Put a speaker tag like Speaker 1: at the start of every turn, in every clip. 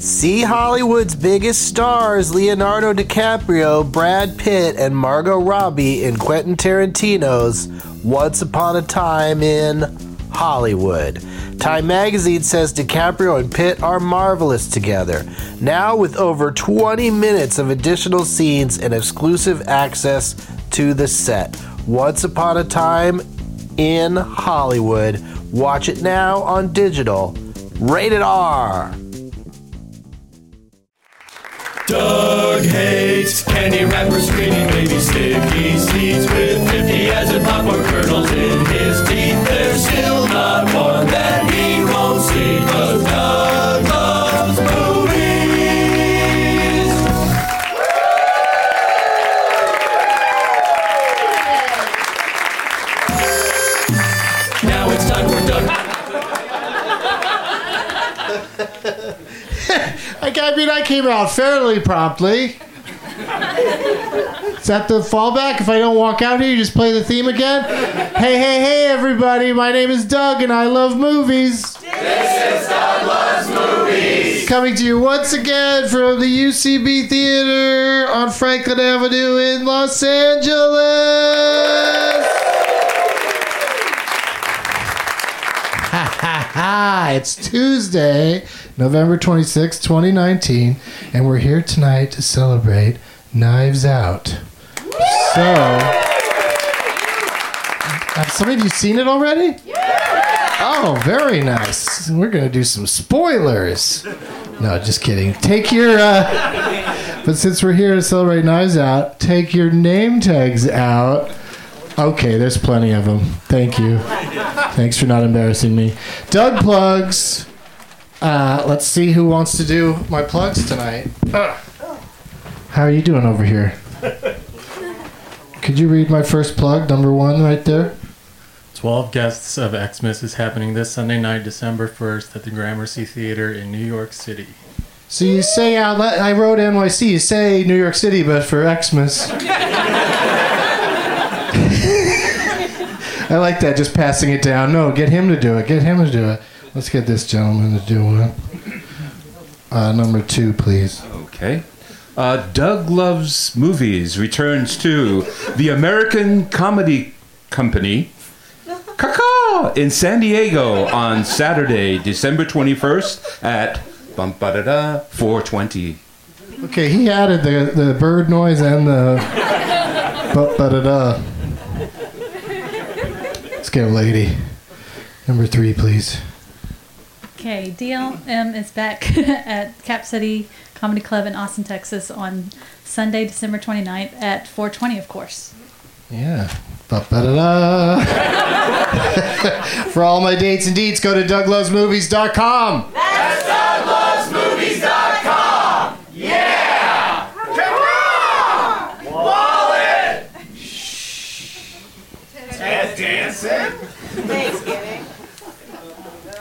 Speaker 1: See Hollywood's biggest stars Leonardo DiCaprio, Brad Pitt, and Margot Robbie in Quentin Tarantino's Once Upon a Time in Hollywood. Time magazine says DiCaprio and Pitt are marvelous together. Now, with over 20 minutes of additional scenes and exclusive access to the set. Once Upon a Time in Hollywood. Watch it now on digital. Rated R.
Speaker 2: Doug hates candy wrappers, greedy baby sticky seeds with 50 as and popcorn kernels in his teeth. There's still not one that he won't see, but Doug loves movies. Now it's time for Doug.
Speaker 3: I, I mean, I came out fairly promptly. Is that the fallback? If I don't walk out here, you just play the theme again? Hey, hey, hey, everybody. My name is Doug, and I love movies. This is Doug Loves Movies. Coming to you once again from the UCB Theater on Franklin Avenue in Los Angeles. Ah, it's Tuesday, November twenty sixth, 2019, and we're here tonight to celebrate Knives Out. So, have some of you seen it already? Oh, very nice. We're going to do some spoilers. No, just kidding. Take your, uh, but since we're here to celebrate Knives Out, take your name tags out. Okay, there's plenty of them. Thank you. Thanks for not embarrassing me. Doug plugs. Uh, let's see who wants to do my plugs tonight. Ugh. How are you doing over here? Could you read my first plug, number one, right there?
Speaker 4: 12 guests of Xmas is happening this Sunday night, December 1st, at the Gramercy Theater in New York City.
Speaker 3: So you say out loud, I wrote NYC, you say New York City, but for Xmas. I like that, just passing it down. No, get him to do it. Get him to do it. Let's get this gentleman to do one. Uh, number two, please.
Speaker 5: Okay. Uh, Doug Loves Movies returns to the American Comedy Company Caca in San Diego on Saturday, December 21st at bum ba da da 420.
Speaker 3: Okay, he added the, the bird noise and the but but da da. Let's get a lady. Number three, please.
Speaker 6: Okay, DLM is back at Cap City Comedy Club in Austin, Texas on Sunday, December 29th at 420, of course.
Speaker 3: Yeah. Ba-ba-da-da. For all my dates and deets, go to douglovesmovies.com.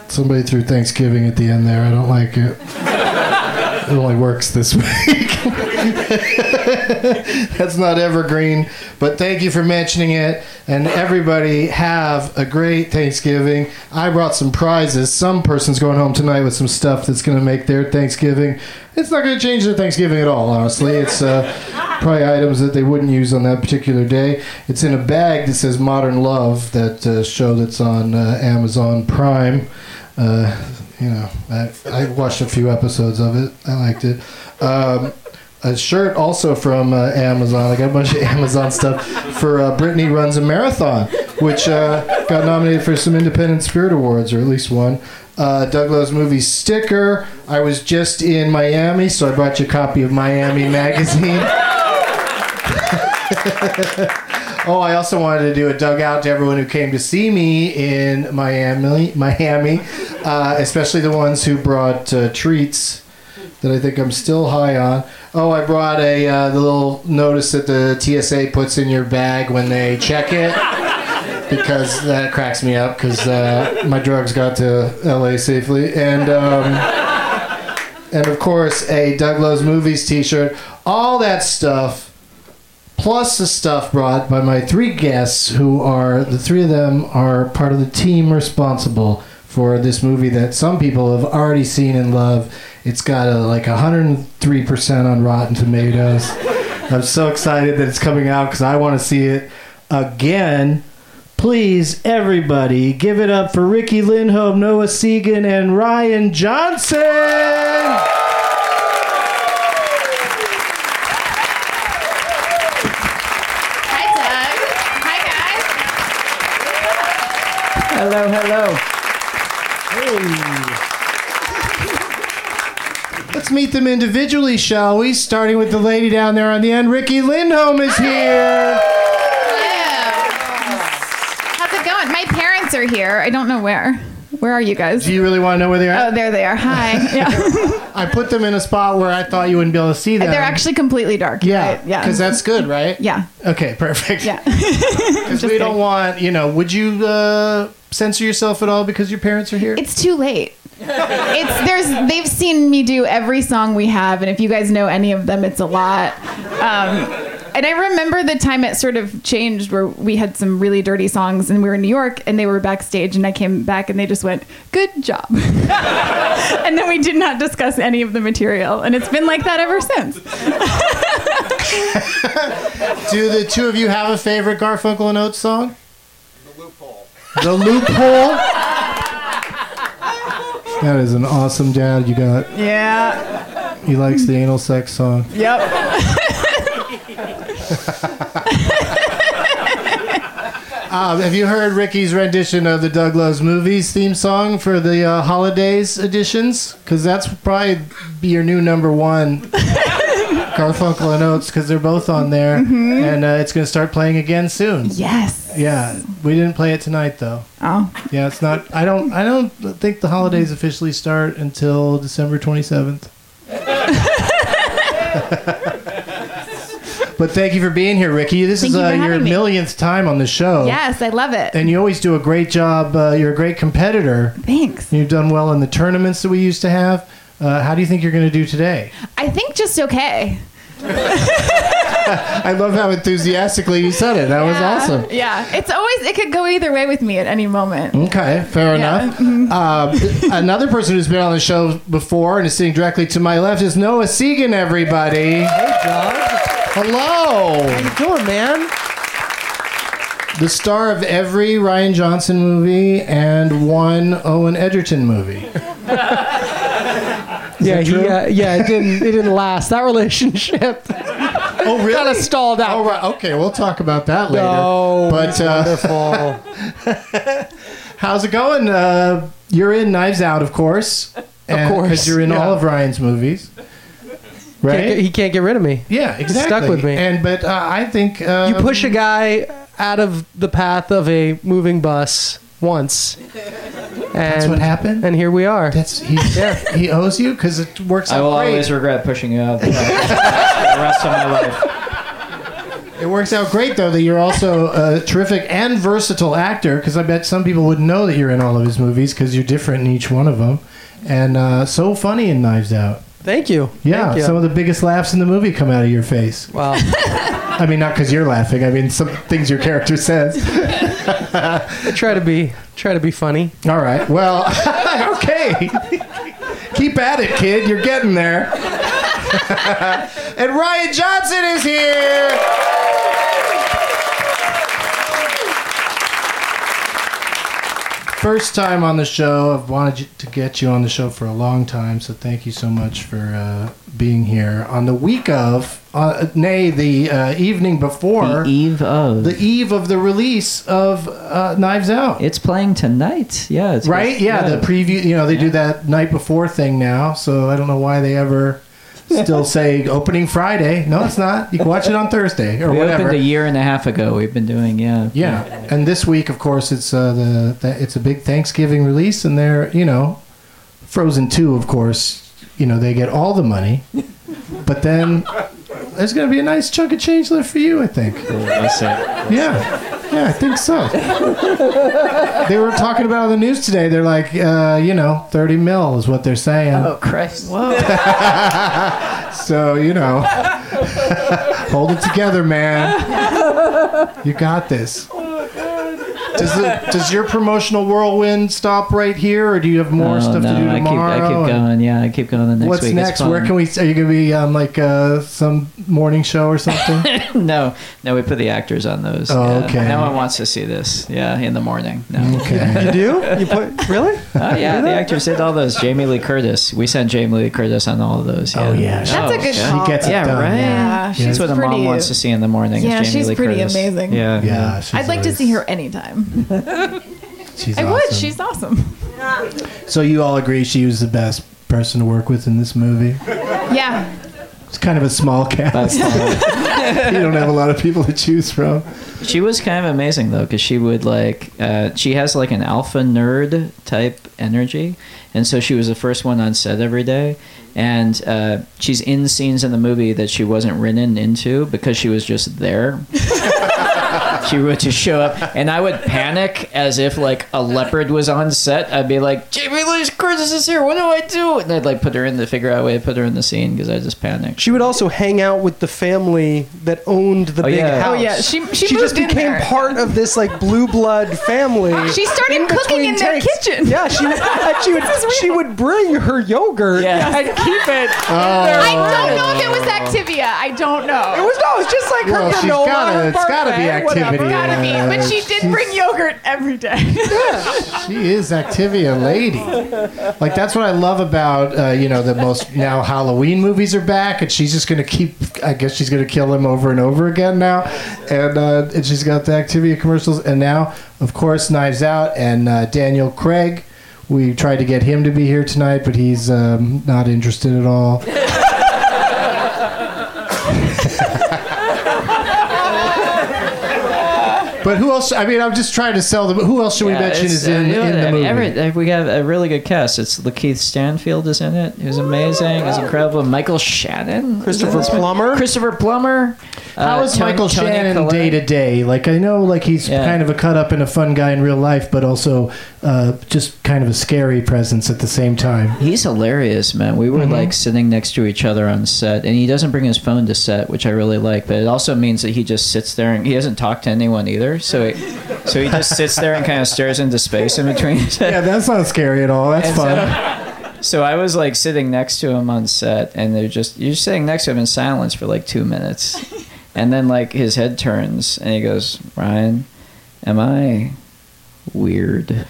Speaker 3: Somebody threw Thanksgiving at the end there. I don't like it. It only works this week. That's not evergreen, but thank you for mentioning it. And everybody, have a great Thanksgiving. I brought some prizes. Some person's going home tonight with some stuff that's going to make their Thanksgiving. It's not going to change their Thanksgiving at all, honestly. It's uh, probably items that they wouldn't use on that particular day. It's in a bag that says Modern Love, that uh, show that's on uh, Amazon Prime. Uh, you know, I, I watched a few episodes of it. I liked it. Um, a shirt also from uh, Amazon. I got a bunch of Amazon stuff for uh, Brittany Runs a Marathon, which uh, got nominated for some Independent Spirit Awards, or at least one. Uh, Doug Loves Movie sticker. I was just in Miami, so I brought you a copy of Miami Magazine. Oh, I also wanted to do a dugout to everyone who came to see me in Miami, Miami, uh, especially the ones who brought uh, treats that I think I'm still high on. Oh, I brought a uh, the little notice that the TSA puts in your bag when they check it because that cracks me up because uh, my drugs got to LA safely and. Um, and of course, a Doug Loves Movies t shirt. All that stuff plus the stuff brought by my three guests, who are the three of them are part of the team responsible for this movie that some people have already seen and love. It's got a, like 103% on Rotten Tomatoes. I'm so excited that it's coming out because I want to see it again. Please, everybody, give it up for Ricky Lindholm, Noah Segan, and Ryan Johnson.
Speaker 7: Hi, Doug.
Speaker 8: Hello,
Speaker 7: Hi, guys.
Speaker 8: hello.
Speaker 3: Let's meet them individually, shall we? Starting with the lady down there on the end. Ricky Lindholm is here.
Speaker 6: How's it going? My parents are here. I don't know where. Where are you guys?
Speaker 3: Do you really want to know where they
Speaker 6: Oh,
Speaker 3: are?
Speaker 6: there they are. Hi. Yeah.
Speaker 3: I put them in a spot where I thought you wouldn't be able to see them.
Speaker 6: They're actually completely dark.
Speaker 3: yeah,
Speaker 6: right? Yeah.
Speaker 3: because that's good, right?
Speaker 6: yeah.
Speaker 3: Okay, perfect.
Speaker 6: Yeah.
Speaker 3: 'Cause we don't want you know. Would you uh, censor yourself at all because your parents are here?
Speaker 6: It's too late. It's there's they've seen me do every song we have, and if you guys know any of them, it's a lot. Um, and I remember the time it sort of changed where we had some really dirty songs, and we were in New York, and they were backstage, and I came back, and they just went, "Good job," and then we did not discuss any of the material, and it's been like that ever since.
Speaker 3: Do the two of you have a favorite Garfunkel and Oates song? The loophole. The loophole. That is an awesome dad you got.
Speaker 6: Yeah.
Speaker 3: He likes the anal sex song.
Speaker 6: Yep.
Speaker 3: Um, have you heard Ricky's rendition of the Doug Loves Movies theme song for the uh, holidays editions? Because that's probably be your new number one. Garfunkel and Oates, because they're both on there, and uh, it's going to start playing again soon.
Speaker 6: Mm-hmm. Yes.
Speaker 3: Yeah, we didn't play it tonight though.
Speaker 6: Oh.
Speaker 3: Yeah, it's not. I don't. I don't think the holidays officially start until December twenty seventh. but thank you for being here, Ricky. This
Speaker 6: Thank
Speaker 3: is
Speaker 6: you
Speaker 3: uh,
Speaker 6: for
Speaker 3: your
Speaker 6: having me.
Speaker 3: millionth time on the show.
Speaker 6: Yes, I love it.
Speaker 3: And you always do a great job. Uh, you're a great competitor.
Speaker 6: Thanks.
Speaker 3: You've done well in the tournaments that we used to have. Uh, how do you think you're going to do today?
Speaker 6: I think just okay.
Speaker 3: I love how enthusiastically you said it. That was awesome.
Speaker 6: Yeah. It's always it could go either way with me at any moment.
Speaker 3: Okay, fair
Speaker 6: Yeah.
Speaker 3: enough. Um, another person who's been on the show before and is sitting directly to my left is Noah Segan, everybody.
Speaker 8: Hey, Doug.
Speaker 3: Hello.
Speaker 8: How you doing, man?
Speaker 3: The star of every Ryan Johnson movie and one Owen Edgerton movie.
Speaker 8: yeah, he,
Speaker 3: that true?
Speaker 8: uh, yeah, it didn't, it didn't last. That relationship
Speaker 3: Oh, really?
Speaker 8: kind of stalled out.
Speaker 3: All right, okay, we'll talk about that later.
Speaker 8: No,
Speaker 3: but uh,
Speaker 8: Wonderful.
Speaker 3: how's it going? Uh, you're in Knives Out, of course. And-
Speaker 8: course,
Speaker 3: you're in
Speaker 8: yeah.
Speaker 3: all of Ryan's movies.
Speaker 8: Can't
Speaker 3: Right?
Speaker 8: get- he can't get rid of me.
Speaker 3: yeah, exactly.
Speaker 8: with me.
Speaker 3: And but uh, I think uh,
Speaker 8: You push a guy out of the path of a moving bus once, and
Speaker 3: That's what happened.
Speaker 8: and here we are.
Speaker 3: That's he. He owes you because it works
Speaker 8: I
Speaker 3: out
Speaker 8: will
Speaker 3: great.
Speaker 8: always
Speaker 1: regret pushing you out the rest of my life.
Speaker 3: it It works out great though that you're also a terrific and versatile actor because I bet some people wouldn't know that you're in all of his movies because you're different in each one of them, and uh, so funny in Knives Out.
Speaker 8: Thank you.
Speaker 3: Yeah,
Speaker 8: Thank you.
Speaker 3: some of the biggest laughs in the movie come out of your face.
Speaker 8: Wow.
Speaker 3: I mean, not because you're laughing. I mean, some things your character says.
Speaker 8: I try to be try to be funny.
Speaker 3: All right. Well, okay. Keep at it, kid. You're getting there. and Ryan Johnson is here. First time on the show. I've wanted you- to get you on the show for a long time, so thank you so much for uh, being here. On the week of, uh, nay, the uh, evening before,
Speaker 2: The eve of.
Speaker 3: the eve of the release of uh, Knives Out.
Speaker 2: It's playing tonight. Yeah. It's
Speaker 3: right? Yeah, the preview. You know, they do that night before thing now. So I don't know why they ever still say opening Friday. No, it's not. You can watch it on Thursday or
Speaker 2: we
Speaker 3: whatever.
Speaker 2: opened a year and a half ago. We've been doing yeah.
Speaker 3: yeah, and this week, of course, it's uh, the, the it's a big Thanksgiving release, and they're you know, Frozen Two, of course. You know, they get all the money, but then there's going to be a nice chunk of change left for you, I think.
Speaker 2: Oh,
Speaker 9: That's it.
Speaker 3: Yeah, yeah, I think so. they were talking about on the news today. They're like, uh, you know, thirty mil is what they're saying.
Speaker 2: Oh Christ! Whoa.
Speaker 3: So you know, hold it together, man. You got this. Does, the, does your promotional whirlwind stop right here, or do you have more
Speaker 2: No,
Speaker 3: stuff
Speaker 2: Uh, Oh, no,
Speaker 3: to do
Speaker 2: I keep,
Speaker 3: tomorrow?
Speaker 2: I keep going. Yeah, I keep going the next
Speaker 3: What's
Speaker 2: week. It's
Speaker 3: next? Where
Speaker 2: fun.
Speaker 3: can we? Are you gonna be on like uh, some morning show or something?
Speaker 2: no, no, we put the actors on those.
Speaker 3: Oh,
Speaker 2: yeah.
Speaker 3: okay.
Speaker 2: No one wants to see this. Yeah, in the morning. No.
Speaker 3: Okay.
Speaker 8: You do? You put really?
Speaker 2: Oh yeah, the actors did all those. Jamie Lee Curtis. We sent Jamie Lee Curtis on all of those. Yeah. Oh
Speaker 3: yeah,
Speaker 6: That's a good
Speaker 2: yeah.
Speaker 6: call.
Speaker 2: She gets it yeah,
Speaker 6: done,
Speaker 2: right.
Speaker 6: yeah. Yeah, she's
Speaker 2: That's what a mom
Speaker 6: pretty-
Speaker 2: wants to see in the morning. is
Speaker 6: Yeah,
Speaker 2: Jamie
Speaker 6: she's
Speaker 2: Lee
Speaker 6: pretty
Speaker 2: Curtis.
Speaker 6: amazing.
Speaker 2: Yeah,
Speaker 3: yeah.
Speaker 6: I'd like to see her anytime.
Speaker 3: She's
Speaker 6: I would.
Speaker 3: awesome.
Speaker 6: She's awesome.
Speaker 3: So you all agree she was the best person to work with in this movie?
Speaker 6: Yeah.
Speaker 3: It's kind of a small cast. you don't have a lot of people to choose from.
Speaker 2: She was kind of amazing though, because she would like, uh, she has like an alpha nerd type energy, and so she was the first one on set every day, and uh, she's in scenes in the movie that she wasn't written into because she was just there. she would just show up, and I would panic as if like a leopard was on set. I'd be like, Jamie Lee Curtis is here. What do I do? And I'd like put her in to figure out a way to put her in the scene because I just panicked.
Speaker 8: She would also hang out with the family that owned the
Speaker 2: Oh,
Speaker 8: big
Speaker 2: yeah.
Speaker 8: house.
Speaker 2: Oh, yeah,
Speaker 6: she- she
Speaker 8: just
Speaker 6: moved in
Speaker 8: became
Speaker 6: there.
Speaker 8: part of this like blue blood family.
Speaker 6: She started
Speaker 8: in
Speaker 6: cooking
Speaker 8: between
Speaker 6: in their
Speaker 8: takes.
Speaker 6: kitchen.
Speaker 8: Yeah, she and she would she would bring her yogurt
Speaker 2: Yeah.
Speaker 8: and keep it.
Speaker 6: I don't know if it was Activia. I don't know.
Speaker 8: It was no. It's just like
Speaker 3: Well,
Speaker 8: her
Speaker 3: she's
Speaker 8: granola.
Speaker 3: gotta-
Speaker 8: her
Speaker 3: it's gotta be
Speaker 8: parfait, whatever.
Speaker 3: activity, Gotta be,
Speaker 6: But she did bring yogurt every day.
Speaker 3: She is Activia lady. Like that's what I love about uh, you know the most now Halloween movies are back, and she's just gonna keep. I guess she's gonna kill him over and over again now, and uh, and she's got the Activia commercials, and now of course Knives Out and uh, Daniel Craig. We tried to get him to be here tonight, but he's um, not interested at all. But who else? I mean, I'm just trying to sell them. Who else should
Speaker 2: Yeah,
Speaker 3: we mention
Speaker 2: it's-
Speaker 3: is in,
Speaker 2: uh, you know,
Speaker 3: in the
Speaker 2: I mean,
Speaker 3: movie?
Speaker 2: every- uh, we have a really good cast. It's Lakeith Stanfield is in it, who's amazing, is incredible. Michael Shannon,
Speaker 8: Christopher Plummer.
Speaker 2: Christopher Plummer.
Speaker 3: How
Speaker 2: Uh,
Speaker 3: is
Speaker 2: Tony-
Speaker 3: Michael
Speaker 2: Tony
Speaker 3: Shannon
Speaker 2: Collette.
Speaker 3: day to day? Like I know, like he's
Speaker 2: Yeah.
Speaker 3: kind of a cut up and a fun guy in real life, but also uh, just kind of a scary presence at the same time.
Speaker 2: He's hilarious, man. We were like sitting next to each other on set, and he doesn't bring his phone to set, which I really like. But it also means that he just sits there and he doesn't talk to anyone either. So, he, so he just sits there and kind of stares into space in between.
Speaker 3: yeah, that's not scary at all. That's fun.
Speaker 2: So I was like sitting next to him on set, and they're just you're sitting next to him in silence for like two minutes, and then like his head turns and he goes, "Ryan, am I weird?"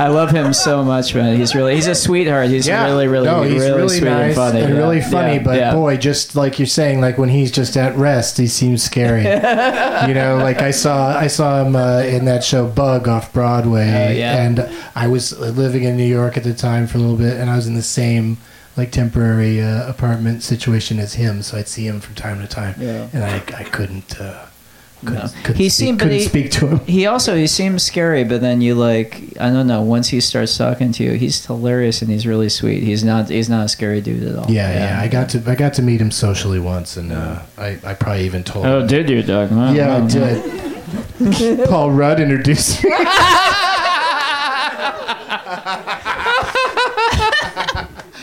Speaker 2: I love him so much, man. He's really he's a sweetheart. He's
Speaker 3: Yeah.
Speaker 2: really really
Speaker 3: no, he's
Speaker 2: really,
Speaker 3: really,
Speaker 2: sweet
Speaker 3: nice
Speaker 2: and funny. Yeah.
Speaker 3: really funny.
Speaker 2: Yeah.
Speaker 3: But
Speaker 2: Yeah.
Speaker 3: boy, just like you're saying, like when he's just at rest, he seems scary. you know, like I saw I saw him uh, in that show Bug off Broadway,
Speaker 2: Oh, yeah.
Speaker 3: and I was living in New York at the time for a little bit, and I was in the same like temporary uh, apartment situation as him, so I'd see him from time to time,
Speaker 2: Yeah.
Speaker 3: and I I couldn't. Uh,
Speaker 2: no. he seemed, but
Speaker 3: couldn't
Speaker 2: he,
Speaker 3: speak to him.
Speaker 2: He also he seems scary, but then you like I don't know. Once he starts talking to you, he's hilarious and he's really sweet. He's not he's not a scary dude at all.
Speaker 3: Yeah, yeah, I got to I got to meet him socially once, and uh, I I probably even told. him.
Speaker 2: did you, Doug?
Speaker 3: yeah, I did. Paul Rudd introduced me.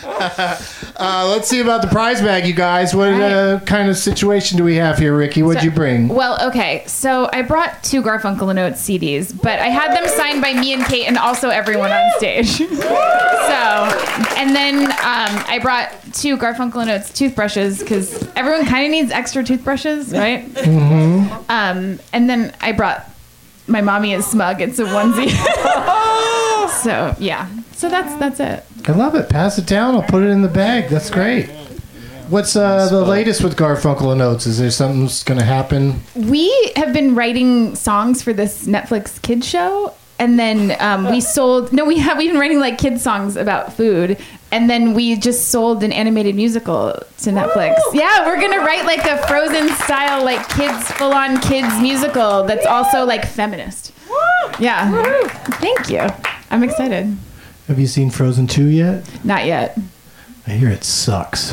Speaker 3: uh, let's see about the prize bag, you guys. What uh, kind of situation do we have here, Ricky? What'd you bring?
Speaker 6: Well, okay. So I brought two Garfunkel and Oates CDs, but I had them signed by me and Kate and also everyone on stage. so, and then um, I brought two Garfunkel and Oates toothbrushes because everyone kind of needs extra toothbrushes, right?
Speaker 10: Mm-hmm.
Speaker 6: Um, and then I brought my mommy is smug. It's a onesie. so yeah. So that's that's it.
Speaker 3: I love it. Pass it down. I'll put it in the bag. That's great. What's uh, the latest with Garfunkel and Oates? Is there something that's going to happen?
Speaker 6: We have been writing songs for this Netflix kids show, and then um, we sold. No, we have. We've been writing like kids songs about food, and then we just sold an animated musical to Netflix. Yeah, we're gonna write like a Frozen style, like kids full on kids musical that's also like feminist. Yeah. Thank you. I'm excited.
Speaker 3: Have you seen Frozen 2 yet?
Speaker 6: Not yet.
Speaker 3: I hear it sucks.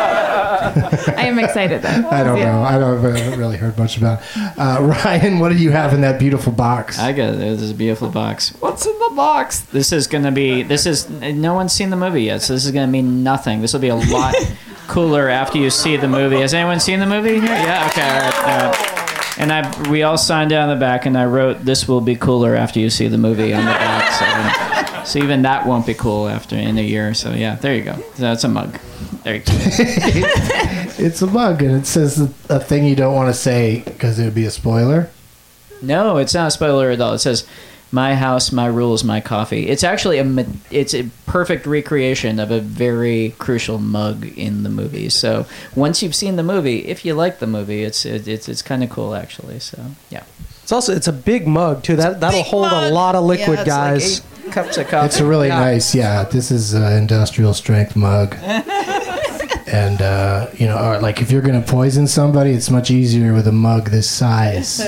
Speaker 6: I am excited though.
Speaker 3: I don't know. I don't I haven't really heard much about. It. Uh, Ryan, what do you have in that beautiful box?
Speaker 2: I got it. This is a beautiful box. What's in the box? This is gonna be. This is. No one's seen the movie yet, so this is gonna mean nothing. This will be a lot cooler after you see the movie. Has anyone seen the movie here? Yeah. Okay. All right. All right. And I, we all signed down the back, and I wrote, "This will be cooler after you see the movie" on the back. So, so even that won't be cool after in a year. So yeah, there you go. That's a mug. There you go.
Speaker 3: It's a mug, and it says a thing you don't want to say because it would be a spoiler.
Speaker 2: No, it's not a spoiler at all. It says, "My house, my rules, my coffee." It's actually a ma- it's a perfect recreation of a very crucial mug in the movie. So once you've seen the movie, if you like the movie, it's it, it's it's kind of cool actually. So yeah,
Speaker 8: It's also it's a big mug too. That that'll hold a lot of liquid, guys.
Speaker 2: cups of coffee.
Speaker 3: It's a really nice, yeah. This is an industrial strength mug. and, uh, you know, or like if you're going to poison somebody, it's much easier with a mug this size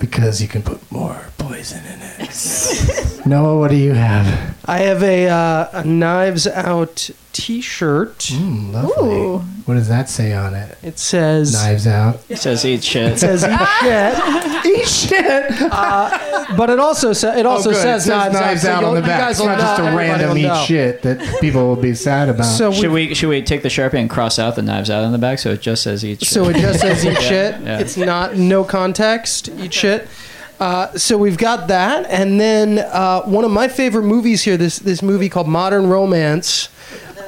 Speaker 3: because you can put more poison in it. Noah, what do you have?
Speaker 8: I have a, uh, a knives out T-shirt.
Speaker 3: Mm, lovely. What does that say on it?
Speaker 8: It says
Speaker 3: Knives out.
Speaker 2: It says eat shit.
Speaker 8: It says eat shit. eat shit. Uh, but it also sa- it also
Speaker 3: Oh, good.
Speaker 8: says, knives,
Speaker 3: knives
Speaker 8: so
Speaker 3: out,
Speaker 8: you'll-
Speaker 3: on the
Speaker 8: you
Speaker 3: back.
Speaker 8: guys
Speaker 3: It's
Speaker 8: will
Speaker 3: not just a
Speaker 8: know, everybody
Speaker 3: random
Speaker 8: will
Speaker 3: eat
Speaker 8: know.
Speaker 3: shit that people will be sad about.
Speaker 8: So
Speaker 2: should we should we take the sharpie and cross out the knives out on the back so it just says eat shit?
Speaker 8: So it just says eat
Speaker 2: Yeah,
Speaker 8: shit.
Speaker 2: yeah.
Speaker 8: It's not no context. Eat shit. Uh, so we've got that, and then uh, one of my favorite movies here. This this movie called Modern Romance.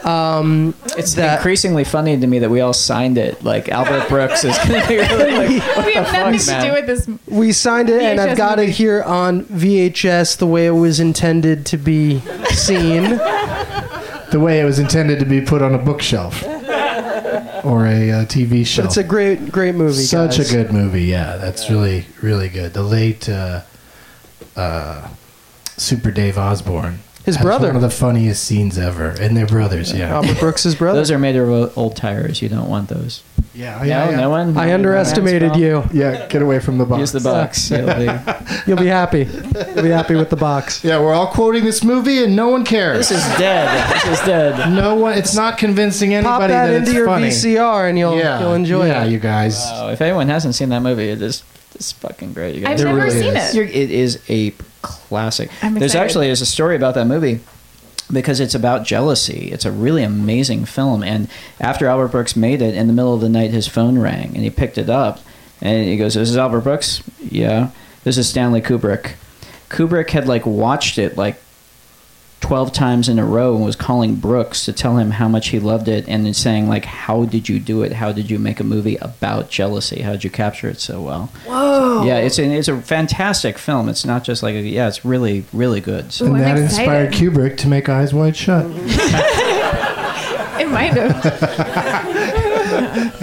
Speaker 8: Um,
Speaker 2: it's increasingly funny to me that we all signed it. Like Albert Brooks is going to be really like, what
Speaker 6: we
Speaker 2: the
Speaker 6: have nothing
Speaker 2: fuck,
Speaker 6: to
Speaker 2: man?
Speaker 6: do with this.
Speaker 8: We signed it, and I've
Speaker 6: VHS
Speaker 8: got it
Speaker 6: movie.
Speaker 8: here on VHS the way it was intended to be seen.
Speaker 3: the way it was intended to be put on a bookshelf or a uh, TV show.
Speaker 8: But it's a great, great movie.
Speaker 3: Such
Speaker 8: guys.
Speaker 3: a good movie. Yeah, that's really, really good. The late uh, uh, Super Dave Osborne.
Speaker 8: His
Speaker 3: has
Speaker 8: brother.
Speaker 3: One of the funniest scenes ever. And they're brothers, yeah.
Speaker 8: Albert Brooks' brother.
Speaker 2: Those are made of old tires. You don't want those.
Speaker 3: Yeah,
Speaker 2: no,
Speaker 3: yeah, yeah.
Speaker 2: no one.
Speaker 8: I underestimated you.
Speaker 3: Yeah, get away from the box.
Speaker 2: Use the box. It'll be-
Speaker 8: You'll be happy. You'll be happy with the box.
Speaker 3: Yeah, we're all quoting this movie and no one cares.
Speaker 2: This is dead. This is dead.
Speaker 3: No one, it's not convincing anybody
Speaker 8: Pop that
Speaker 3: that
Speaker 8: into
Speaker 3: it's
Speaker 8: your
Speaker 3: funny.
Speaker 8: VCR and you'll
Speaker 3: Yeah,
Speaker 8: you'll enjoy
Speaker 3: yeah,
Speaker 8: it.
Speaker 3: you guys.
Speaker 2: Wow, if anyone hasn't seen that movie, it is it's fucking great. You
Speaker 6: I've
Speaker 2: guys.
Speaker 6: It never really seen is. it.
Speaker 2: You're- It is a classic.
Speaker 6: I'm
Speaker 2: there's
Speaker 6: excited.
Speaker 2: actually there's a story about that movie because it's about jealousy. It's a really amazing film. And after Albert Brooks made it, in the middle of the night, his phone rang and he picked it up and he goes, "This is Albert Brooks." Yeah. This is Stanley Kubrick. Kubrick had like watched it like 12 times in a row and was calling Brooks to tell him how much he loved it and then saying like how did you do it how did you make a movie about jealousy how did you capture it so well
Speaker 8: Whoa.
Speaker 2: yeah it's an, it's a fantastic film it's not just like a, yeah it's really really good so.
Speaker 3: and that inspired Kubrick to make Eyes Wide Shut.
Speaker 6: It might have. Wow, that's-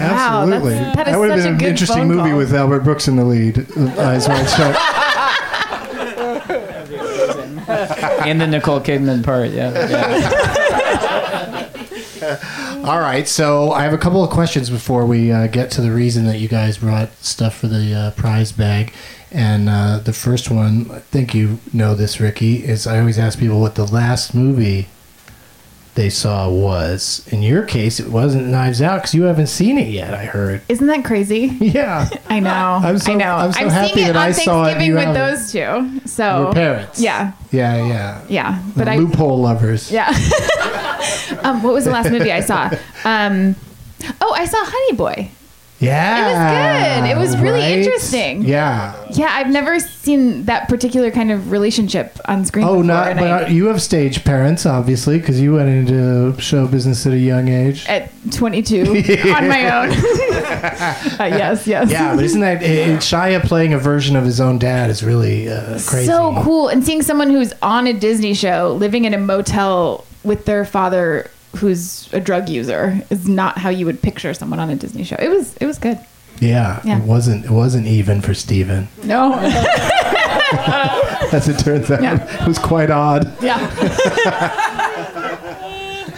Speaker 3: Absolutely.
Speaker 6: that is
Speaker 3: would have been
Speaker 6: such a
Speaker 3: an
Speaker 6: good
Speaker 3: interesting
Speaker 6: phone
Speaker 3: movie
Speaker 6: call.
Speaker 3: with Albert Brooks in the lead. uh, Eyes Wide Shut.
Speaker 2: and the Nicole Kidman part yeah, yeah.
Speaker 3: All right, so I have a couple of questions before we uh, get to the reason that you guys brought stuff for the uh, prize bag. And uh, the first one, I think you know this, Ricky, is I always ask people what the last movie they saw was. In your case, it wasn't Knives Out because you haven't seen it yet, I heard.
Speaker 6: Isn't that crazy?
Speaker 3: Yeah.
Speaker 6: I know. I'm
Speaker 3: so-
Speaker 6: I know.
Speaker 3: I'm so
Speaker 6: have
Speaker 3: happy
Speaker 6: seeing it
Speaker 3: that
Speaker 6: on
Speaker 3: I saw it and
Speaker 6: Thanksgiving
Speaker 3: you
Speaker 6: with
Speaker 3: haven't.
Speaker 6: those two. So
Speaker 3: Your parents.
Speaker 6: Yeah.
Speaker 3: Yeah, yeah.
Speaker 6: Yeah. But
Speaker 3: the
Speaker 6: I
Speaker 3: loophole lovers.
Speaker 6: Yeah. um, what was the last movie I saw? Um, oh, I saw Honey Boy.
Speaker 3: Yeah.
Speaker 6: Good. It was really
Speaker 3: right?
Speaker 6: interesting.
Speaker 3: Yeah.
Speaker 6: Yeah, I've never seen that particular kind of relationship on screen.
Speaker 3: Oh,
Speaker 6: before,
Speaker 3: not
Speaker 6: and
Speaker 3: but
Speaker 6: I-
Speaker 3: uh, you have stage parents, obviously, because you went into show business at a young age.
Speaker 6: at 22 on my own. Uh, yes, yes.
Speaker 3: Yeah, but isn't that it, it- Shia playing a version of his own dad is really uh, crazy?
Speaker 6: So cool. And seeing someone who's on a Disney show living in a motel with their father who's a drug user is not how you would picture someone on a Disney show. It was it was good.
Speaker 3: yeah,
Speaker 6: Yeah.
Speaker 3: it wasn't it wasn't even for Steven.
Speaker 6: No.
Speaker 3: As it turns out, it was quite odd.
Speaker 6: yeah.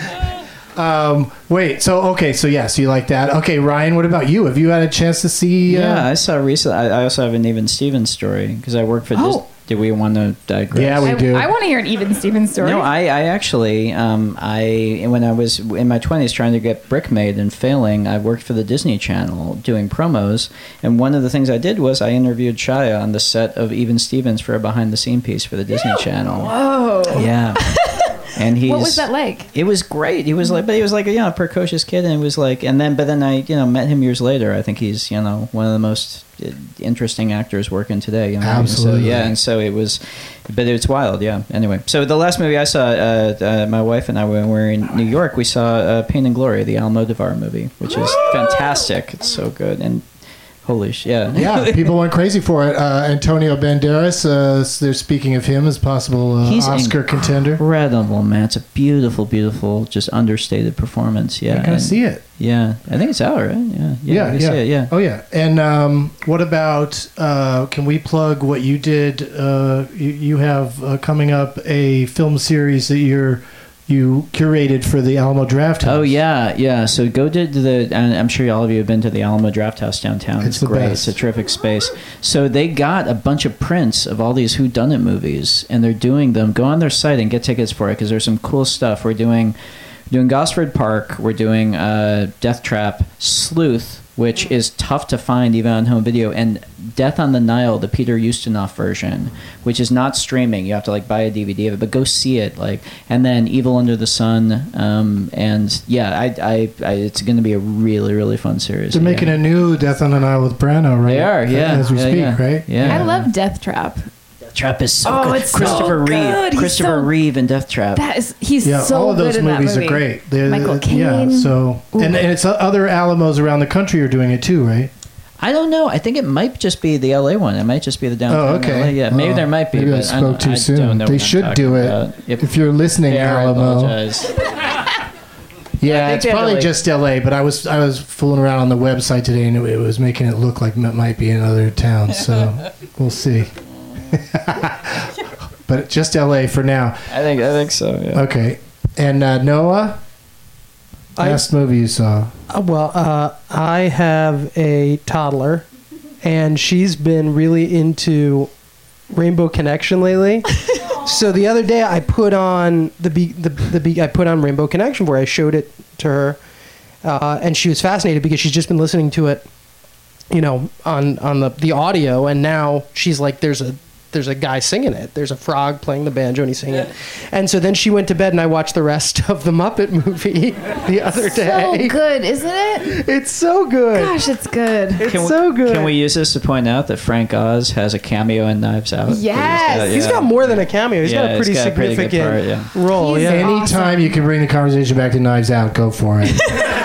Speaker 3: Um, wait, so okay, so yes, you like that. Okay, Ryan, what about you? Have you had a chance to see? Uh,
Speaker 2: Yeah, I saw recently. I, I also have an Even Stevens story because I work for.
Speaker 6: Oh.
Speaker 2: this. Do we want to digress?
Speaker 6: I, I want to hear an even Stevens story.
Speaker 2: No, I, I actually, um, I when I was in my twenties trying to get brick made and failing, I worked for the Disney Channel doing promos, and one of the things I did was I interviewed Shia on the set of Even Stevens for a behind the scene piece for the Disney Channel.
Speaker 6: Whoa.
Speaker 2: Yeah, and he's
Speaker 6: Oh. What was that like?
Speaker 2: it was great. He was like, but he was like, you know, a precocious kid, and it was like, and then, but then I, you know, met him years later. I think he's, you know, one of the most uh, interesting actors working today. You know, And
Speaker 3: Absolutely.
Speaker 2: So, yeah, and so it was, but it's wild. Yeah. Anyway, so the last movie I saw, uh, uh, my wife and I, when we were in New York, we saw uh, Pain and Glory, the Almodovar movie, which is fantastic. It's so good and holy sh yeah.
Speaker 3: yeah, people went crazy for it. Uh, Antonio Banderas, uh, s- they're speaking of him as possible uh,
Speaker 2: He's
Speaker 3: Oscar contender.
Speaker 2: Incredible, man! It's a beautiful, beautiful, just understated performance. Yeah,
Speaker 3: I gotta
Speaker 2: and-
Speaker 3: see it.
Speaker 2: Yeah, I think it's out, right? Yeah,
Speaker 3: Yeah,
Speaker 2: I
Speaker 3: yeah,
Speaker 2: see it, yeah.
Speaker 3: Oh, yeah. And um, what about? Uh, can we plug what you did? Uh, you, you have uh, coming up a film series that you're you curated for the Alamo Draft House.
Speaker 2: Oh yeah, yeah. So go to the. And I'm sure all of you have been to the Alamo Draft House downtown. It's,
Speaker 3: the
Speaker 2: great.
Speaker 3: best.
Speaker 2: It's a terrific space. So they got a bunch of prints of all these Who Done It movies, and they're doing them. Go on their site and get tickets for it because there's some cool stuff. We're doing, doing Gosford Park. We're doing uh, Death Trap, Sleuth, which is tough to find even on home video, and Death on the Nile, the Peter Ustinov version, which is not streaming. You have to like buy a DVD of it, but go see it. Like, and then Evil Under the Sun, um, and yeah, I, I, I it's going to be a really, really fun series.
Speaker 3: They're making
Speaker 2: yeah.
Speaker 3: a new Death on an Isle with Brano, right?
Speaker 2: They are, yeah,
Speaker 3: As we
Speaker 2: yeah,
Speaker 3: speak,
Speaker 2: yeah.
Speaker 3: right?
Speaker 2: Yeah.
Speaker 6: I love Death Trap.
Speaker 2: Trap is so
Speaker 6: Oh,
Speaker 2: good.
Speaker 6: it's so
Speaker 2: Christopher Reeve,
Speaker 6: good. He's
Speaker 2: Christopher
Speaker 6: so-
Speaker 2: Reeve in Death Trap.
Speaker 6: That is he's
Speaker 3: yeah,
Speaker 6: so
Speaker 3: all of those
Speaker 6: good in that
Speaker 3: movies
Speaker 6: movie.
Speaker 3: are great. They're-
Speaker 6: Michael Caine.
Speaker 3: Yeah, so and, and it's uh, other Alamos around the country are doing it too, right?
Speaker 2: I don't know. I think it might just be the LA one. It might just be the downtown.
Speaker 3: Oh, okay.
Speaker 2: LA. Yeah, maybe
Speaker 3: Oh,
Speaker 2: there might be.
Speaker 3: Maybe I
Speaker 2: but
Speaker 3: spoke
Speaker 2: don't-
Speaker 3: too
Speaker 2: I
Speaker 3: soon.
Speaker 2: Don't know
Speaker 3: they
Speaker 2: what I'm
Speaker 3: should do
Speaker 2: talking
Speaker 3: it.
Speaker 2: about.
Speaker 3: If you're listening,
Speaker 2: There, I
Speaker 3: Alamo.
Speaker 2: apologize.
Speaker 3: Yeah,
Speaker 2: I think
Speaker 3: it's
Speaker 2: they had to,
Speaker 3: probably
Speaker 2: like-
Speaker 3: just LA, but I was I was fooling around on the website today and it, it was making it look like it might be in other towns, so we'll see. but just LA for now.
Speaker 2: I think I think so. Yeah.
Speaker 3: Okay. And uh, Noah,
Speaker 8: I-
Speaker 3: last movie you saw.
Speaker 8: Uh, well, uh, I have a toddler, and she's been really into Rainbow Connection lately. so the other day, I put on the be- the the be- I put on Rainbow Connection where I showed it to her, uh, and she was fascinated because she's just been listening to it, you know, on on the the audio, and now she's like, there's a there's a guy singing it. There's a frog playing the banjo and he's singing it. And so then she went to bed and I watched the rest of the Muppet movie the other day.
Speaker 6: So good, isn't it?
Speaker 8: It's so good.
Speaker 6: Gosh, it's good. It's
Speaker 2: Can we- Can we use this to point out that Frank Oz has a cameo in Knives Out?
Speaker 6: Yes.
Speaker 2: He's got-
Speaker 8: He's
Speaker 2: yeah.
Speaker 8: got more than a cameo. He's got
Speaker 2: Yeah,
Speaker 8: a
Speaker 2: he's
Speaker 8: pretty
Speaker 2: got a pretty good
Speaker 8: significant
Speaker 2: part, yeah.
Speaker 8: role. yeah.
Speaker 3: Anytime you can bring the conversation back to Knives Out, go for it.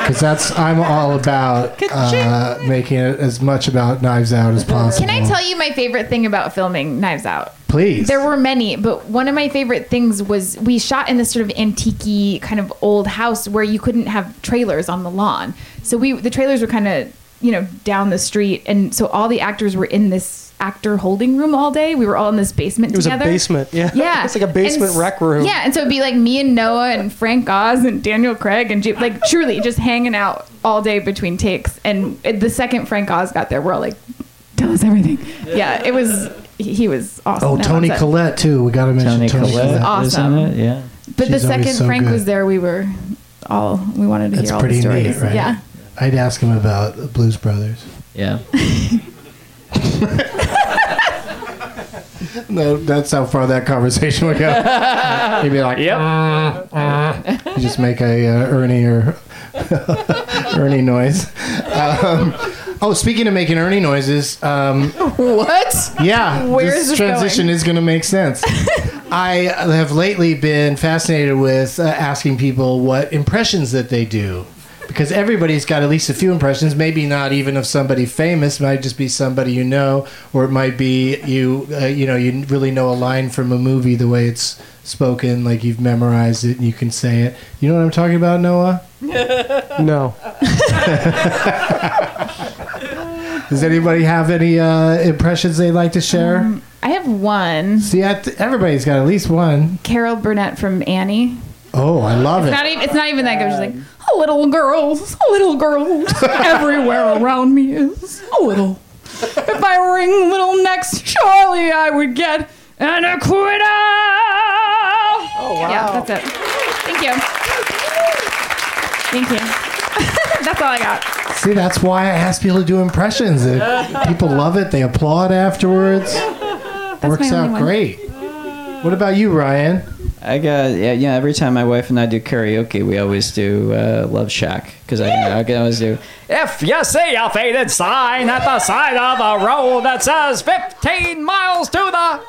Speaker 3: Because that's I'm all about uh, making it as much about Knives Out as possible.
Speaker 6: Can I tell you my favorite thing about filming Knives Out?
Speaker 3: Please.
Speaker 6: There were many, but one of my favorite things was we shot in this sort of antique kind of old house where you couldn't have trailers on the lawn. So we the trailers were kind of, you know, down the street and so all the actors were in this actor holding room all day. We were all in this basement
Speaker 8: It was a
Speaker 6: together.
Speaker 8: basement, yeah.
Speaker 6: Yeah.
Speaker 8: It's like a
Speaker 6: And
Speaker 8: basement
Speaker 6: s-
Speaker 8: rec room.
Speaker 6: Yeah, and so it'd be like me and Noah and Frank Oz and Daniel Craig and Jeep, like truly just hanging out all day between takes. And it- the second Frank Oz got there, we're all like, tell us everything. Yeah, it was. He he was awesome.
Speaker 3: Oh,
Speaker 6: that
Speaker 3: Tony
Speaker 6: on set.
Speaker 3: Collette too. We got to mention Tony, Collette.
Speaker 6: Collette, Awesome. isn't it?
Speaker 2: Yeah.
Speaker 6: But
Speaker 3: She's always
Speaker 6: the second
Speaker 3: so
Speaker 6: Frank
Speaker 3: good.
Speaker 6: was there, we were all we wanted to
Speaker 3: That's
Speaker 6: hear all
Speaker 3: pretty
Speaker 6: the stories.
Speaker 3: neat, right?
Speaker 6: Yeah.
Speaker 3: I'd ask him about the Blues Brothers.
Speaker 2: Yeah.
Speaker 3: No, that's how far that conversation would go. He'd be like, "Yep." You just make a uh, Ernie or Ernie noise. Um, oh, speaking of making Ernie noises, um,
Speaker 6: What?
Speaker 3: yeah,
Speaker 6: Where
Speaker 3: this
Speaker 6: is this
Speaker 3: transition
Speaker 6: going?
Speaker 3: is going to make sense. I have lately been fascinated with uh, asking people what impressions that they do. Because everybody's got at least a few impressions, maybe not even of somebody famous. It might just be somebody you know, or it might be you. Uh, you know, you really know a line from a movie the way it's spoken, like you've memorized it and you can say it. You know what I'm talking about, Noah?
Speaker 8: No.
Speaker 3: Does anybody have any uh, impressions they'd like to share?
Speaker 6: I have one.
Speaker 3: See, I th- everybody's got at least one.
Speaker 6: Carol Burnett from Annie.
Speaker 3: Oh, I love
Speaker 6: It's
Speaker 3: it.
Speaker 6: not even. It's not even that good. She's like, oh, little girls, oh, little girls, everywhere around me is a little. If I wring little necks, surely I would get an acquittal. Oh wow! Yeah, that's it. Thank you. Thank you. that's all I got.
Speaker 3: See, that's why I ask people to do impressions. It- people love it. They applaud afterwards. Works
Speaker 2: my
Speaker 3: out
Speaker 2: only one.
Speaker 3: great. What about you, Ryan?
Speaker 2: I got uh, yeah, yeah. Every time my wife and I do karaoke, we always do uh, Love Shack because I, I can always do.
Speaker 9: If you see a faded sign at the side of a road that says 15 miles to the left,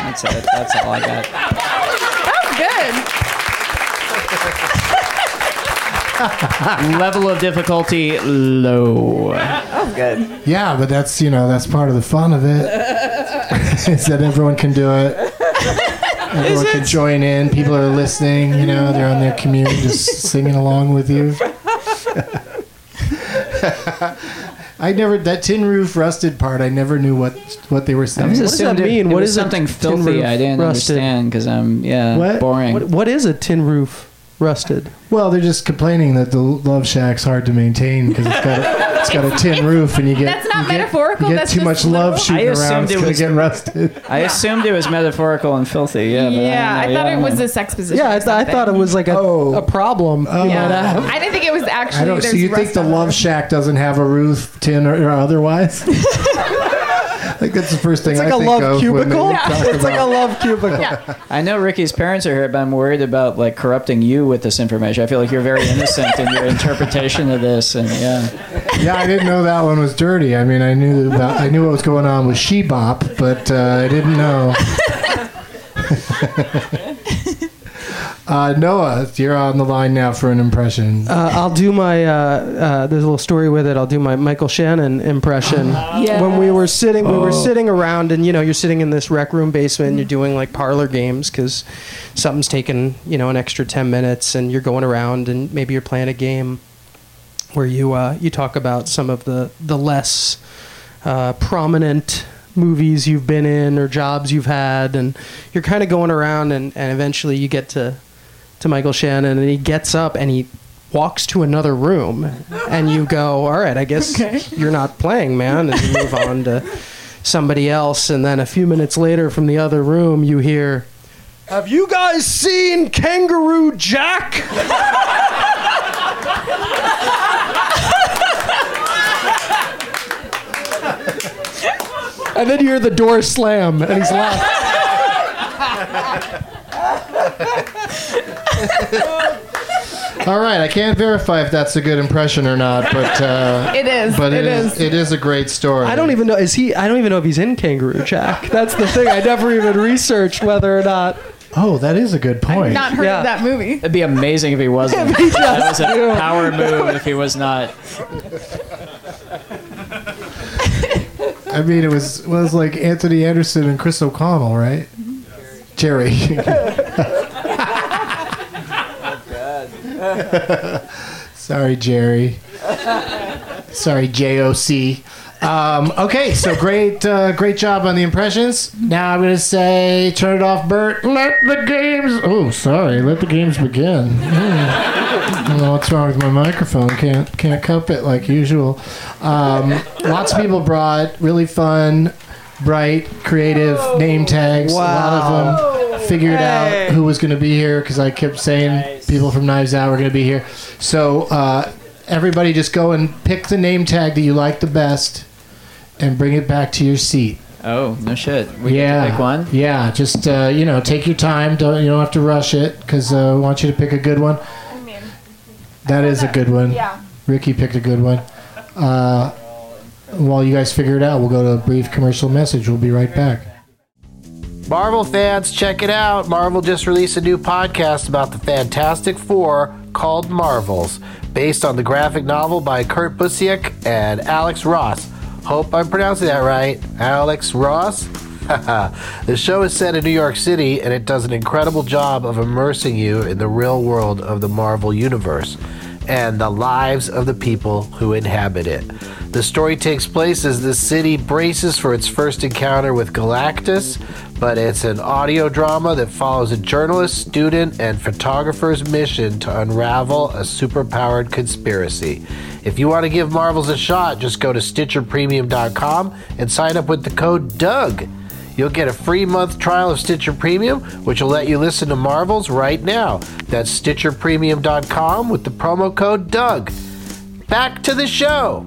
Speaker 2: That's it. That's all I got.
Speaker 6: That
Speaker 9: Level of difficulty low.
Speaker 6: was good. That was
Speaker 3: Yeah, but that's you know that's part of the fun of it. Is that everyone can do it. Everyone can join in. People are listening. You know, they're on their commute, just singing along with you. I never that tin roof rusted part. I never knew what what they were
Speaker 2: I
Speaker 3: saying.
Speaker 2: was assumed it- it was something filthy? I didn't understand because I'm yeah
Speaker 3: What?
Speaker 2: boring.
Speaker 3: What-
Speaker 8: What is a tin roof rusted?
Speaker 3: Well, they're just complaining that the Love Shack's hard to maintain because it's got a, it's got a tin roof, and you get
Speaker 6: That's not
Speaker 3: you get-
Speaker 6: metaphorical,
Speaker 3: You get
Speaker 6: that's
Speaker 3: too
Speaker 6: just
Speaker 3: much love shooting
Speaker 2: I
Speaker 3: around.
Speaker 2: assumed
Speaker 3: It's
Speaker 2: it
Speaker 3: gonna
Speaker 2: was-
Speaker 3: get rusted.
Speaker 2: I assumed it was metaphorical and filthy. Yeah. But
Speaker 6: Yeah, I
Speaker 2: don't know,
Speaker 6: thought
Speaker 2: yeah,
Speaker 6: it was
Speaker 2: don't know.
Speaker 6: a sex position.
Speaker 8: Yeah, I,
Speaker 6: or
Speaker 8: th- I thought it
Speaker 6: something.
Speaker 8: was like a, a problem. you might have.
Speaker 6: I didn't think it was actually.
Speaker 3: Oh. I don't. So
Speaker 6: there's
Speaker 3: you think
Speaker 6: rust
Speaker 3: the
Speaker 6: on it.
Speaker 3: Love Shack doesn't have a roof, tin, or, or otherwise? I think that's the first thing
Speaker 2: It's
Speaker 3: I
Speaker 2: like a
Speaker 3: think
Speaker 2: love
Speaker 3: of when they
Speaker 2: cubicle.
Speaker 3: talk
Speaker 2: Yeah, it's like
Speaker 3: about-
Speaker 2: a
Speaker 8: love cubicle.
Speaker 2: I know Ricky's parents are here, but I'm worried about like corrupting you with this information. I feel like you're very innocent in your interpretation of this, and yeah,
Speaker 3: yeah, I didn't know that one was dirty. I mean, I knew about, I knew what was going on with Shebop, but uh, I didn't know. uh, Noah, you're on the line now for an impression.
Speaker 8: Uh, I'll do my. Uh, uh, there's a little story with it. I'll do my Michael Shannon impression. When we were sitting, we were
Speaker 3: Oh.
Speaker 8: sitting around, and you know, you're sitting in this rec room basement, and you're doing like parlor games because something's taking you know an extra ten minutes, and you're going around, and maybe you're playing a game where you uh, you talk about some of the the less uh, prominent movies you've been in or jobs you've had, and you're kind of going around, and, and eventually you get to to Michael Shannon, and he gets up and he walks to another room, and you go, "All right, I guess you're not playing, man," and you move on to somebody else, and then a few minutes later from the other room you hear. Have you guys seen Kangaroo Jack? And then you hear the door slam, and he's left.
Speaker 3: All right, I can't verify if that's a good impression or not, but uh,
Speaker 8: It is,
Speaker 3: But
Speaker 8: it
Speaker 3: is.
Speaker 8: is.
Speaker 3: It is a great story.
Speaker 8: I don't even know. Is he? I don't even know if he's in Kangaroo Jack. That's the thing. I never even researched whether or not.
Speaker 3: Oh, that is a good point.
Speaker 6: Not heard
Speaker 8: Yeah.
Speaker 6: of that movie.
Speaker 2: it'd be amazing if he wasn't.
Speaker 6: If he
Speaker 2: that was
Speaker 6: just-
Speaker 2: a power move if he was not.
Speaker 3: I mean, it was it was like Anthony Anderson and Chris O'Connell, right? Jerry. Sorry, Jerry. Sorry, JOC. Um, okay, so great, uh, great job on the impressions. Now I'm gonna say, turn it off, Bert. Let the games. Oh, sorry. Let the games begin. Hmm. I don't know what's wrong with my microphone. Can't can't cup it like usual. Um, lots of people brought really fun, bright, creative name tags. A lot of them figured out who was going to be here because I kept saying people from Knives Out were going to be here. So uh, everybody, just go and pick the name tag that you like the best, and bring it back to your seat.
Speaker 2: Oh no shit! We
Speaker 3: yeah.
Speaker 2: get to pick one.
Speaker 3: Yeah, just uh, you know, take your time. Don't you don't have to rush it because uh, we want you to pick a good one. That is a good one.
Speaker 6: Yeah.
Speaker 3: Ricky picked a good one. Uh, while you guys figure it out, we'll go to a brief commercial message. We'll be right back.
Speaker 1: Marvel fans, check it out. Marvel just released a new podcast about the Fantastic Four called Marvels, based on the graphic novel by Kurt Busiek and Alex Ross. Hope I'm pronouncing that right. Alex Ross? the show is set in New York City and it does an incredible job of immersing you in the real world of the Marvel Universe and the lives of the people who inhabit it. The story takes place as the city braces for its first encounter with Galactus, but it's an audio drama that follows a journalist, student, and photographer's mission to unravel a superpowered conspiracy. If you want to give Marvels a shot, just go to StitcherPremium.com and sign up with the code DOUG. You'll get a free month trial of Stitcher Premium, which will let you listen to Marvels right now. That's StitcherPremium.com with the promo code Doug. Back to the show.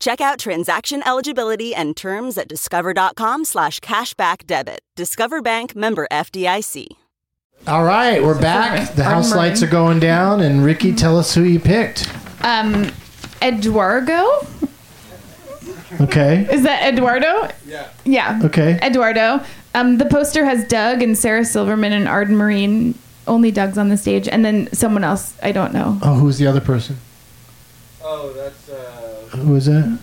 Speaker 11: Check out transaction eligibility and terms at discover.com slash cashback debit. Discover Bank member FDIC.
Speaker 3: All right, we're back. The house
Speaker 6: Armoring.
Speaker 3: lights are going down, and Ricky, tell us who you picked.
Speaker 6: Um, Eduardo?
Speaker 3: Okay.
Speaker 6: Is that Eduardo? Yeah. Yeah.
Speaker 3: Okay.
Speaker 6: Eduardo. Um, the poster has Doug and Sarah Silverman and Arden Marine. Only Doug's on the stage, and then someone else I don't know.
Speaker 3: Oh, who's the other person?
Speaker 12: Oh, that's. Uh,
Speaker 3: Who is that?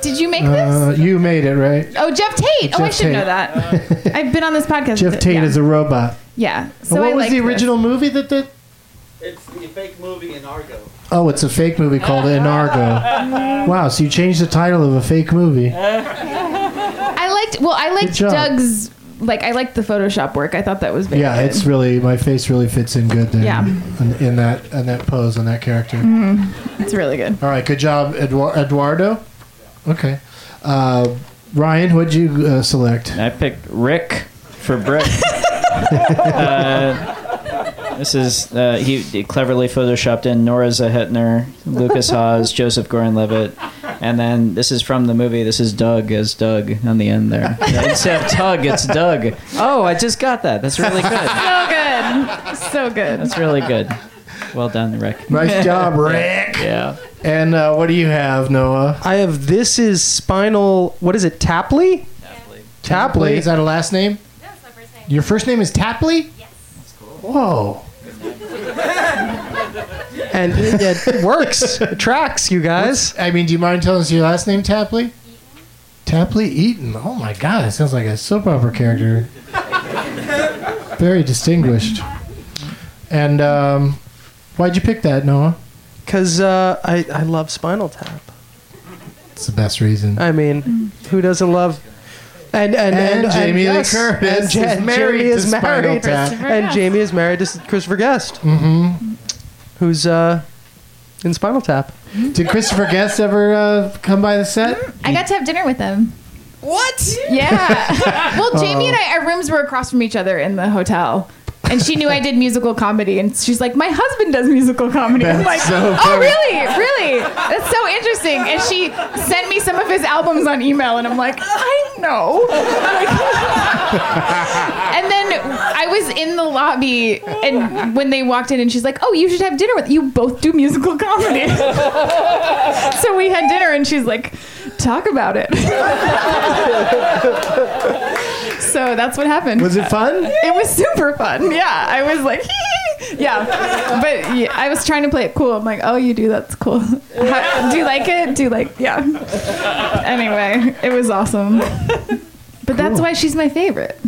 Speaker 6: Did you make this?
Speaker 3: Uh, you made it, right?
Speaker 6: Oh, Jeff Tate. oh, I
Speaker 3: Jeff
Speaker 6: should know
Speaker 3: Tate.
Speaker 6: that. I've been on this podcast.
Speaker 3: Jeff Tate
Speaker 6: yeah.
Speaker 3: is a robot.
Speaker 6: Yeah. So
Speaker 3: what
Speaker 6: I
Speaker 3: was
Speaker 6: like
Speaker 3: the
Speaker 6: this.
Speaker 3: original movie that the?
Speaker 12: it's the fake movie in Argo.
Speaker 3: Oh, it's a fake movie called Inargo. Wow, so you changed the title of a fake movie.
Speaker 6: I liked. Well, I liked
Speaker 3: job.
Speaker 6: Doug's. Like I liked the Photoshop work. I thought that was very
Speaker 3: Yeah,
Speaker 6: good.
Speaker 3: it's really my face really fits in good there.
Speaker 6: Yeah.
Speaker 3: In, in that in that pose on that character.
Speaker 6: Mhm. It's really good.
Speaker 3: All right, good job, Eduar- Eduardo. Okay, uh, Ryan, what'd you uh, select?
Speaker 2: I picked Rick for Brick. uh, this is uh, he, he cleverly photoshopped in Nora Zehetner, Lucas Haas, Joseph Gordon-Levitt, and then this is from the movie. This is Doug as Doug on the end there. Instead of Tug, it's Doug. Oh, I just got that. That's really good.
Speaker 6: so good. So good.
Speaker 2: That's really good. Well done, Rick.
Speaker 3: Nice job, Rick.
Speaker 2: Yeah.
Speaker 3: And uh, what do you have, Noah?
Speaker 8: I have this is spinal. What is it? Tapley.
Speaker 3: Tapley. Is that a last name? Your first name is Tapley? Yes. Whoa.
Speaker 8: and it, it works. It tracks, you guys.
Speaker 3: I mean, do you mind telling us your last name, Tapley? Tapley Eaton. Oh my God, it sounds like a soap opera character. Very distinguished. And um, why'd you pick that, Noah?
Speaker 8: Because uh, I I love Spinal Tap.
Speaker 3: It's the best reason.
Speaker 8: I mean, who doesn't love? And and
Speaker 3: And
Speaker 8: and,
Speaker 3: Jamie Lee
Speaker 8: yes, and
Speaker 3: Curtis
Speaker 8: Ja-
Speaker 3: is
Speaker 8: Jamie
Speaker 3: married to
Speaker 8: is
Speaker 3: Spinal
Speaker 8: married,
Speaker 3: Tap. Christopher
Speaker 8: and
Speaker 3: Guest.
Speaker 8: Jamie is married to Christopher Guest,
Speaker 3: mm-hmm.
Speaker 8: who's uh, in Spinal Tap.
Speaker 3: Did Christopher Guest ever uh, come by the set?
Speaker 6: I got to have dinner with them.
Speaker 13: What?
Speaker 6: Yeah. well, Jamie
Speaker 3: Oh.
Speaker 6: and I, our rooms were across from each other in the hotel. And she knew I did musical comedy, and she's like, "My husband does musical comedy." I'm
Speaker 10: That's
Speaker 6: like,
Speaker 10: so
Speaker 6: "Oh,
Speaker 10: funny.
Speaker 6: really? Really? That's so interesting." And she sent me some of his albums on email, and I'm like, "I know." and then I was in the lobby, and when they walked in, and she's like, "Oh, you should have dinner with you. Both do musical comedy." so we had dinner, and she's like, "Talk about it." so that's what happened.
Speaker 3: Was it fun?
Speaker 6: It was super fun. Yeah, I was like, yeah, but yeah, I was trying to play it cool. I'm like, oh, you do. That's cool. How- do you like it? Do you like? Yeah. Anyway, it was awesome. But that's why she's my favorite.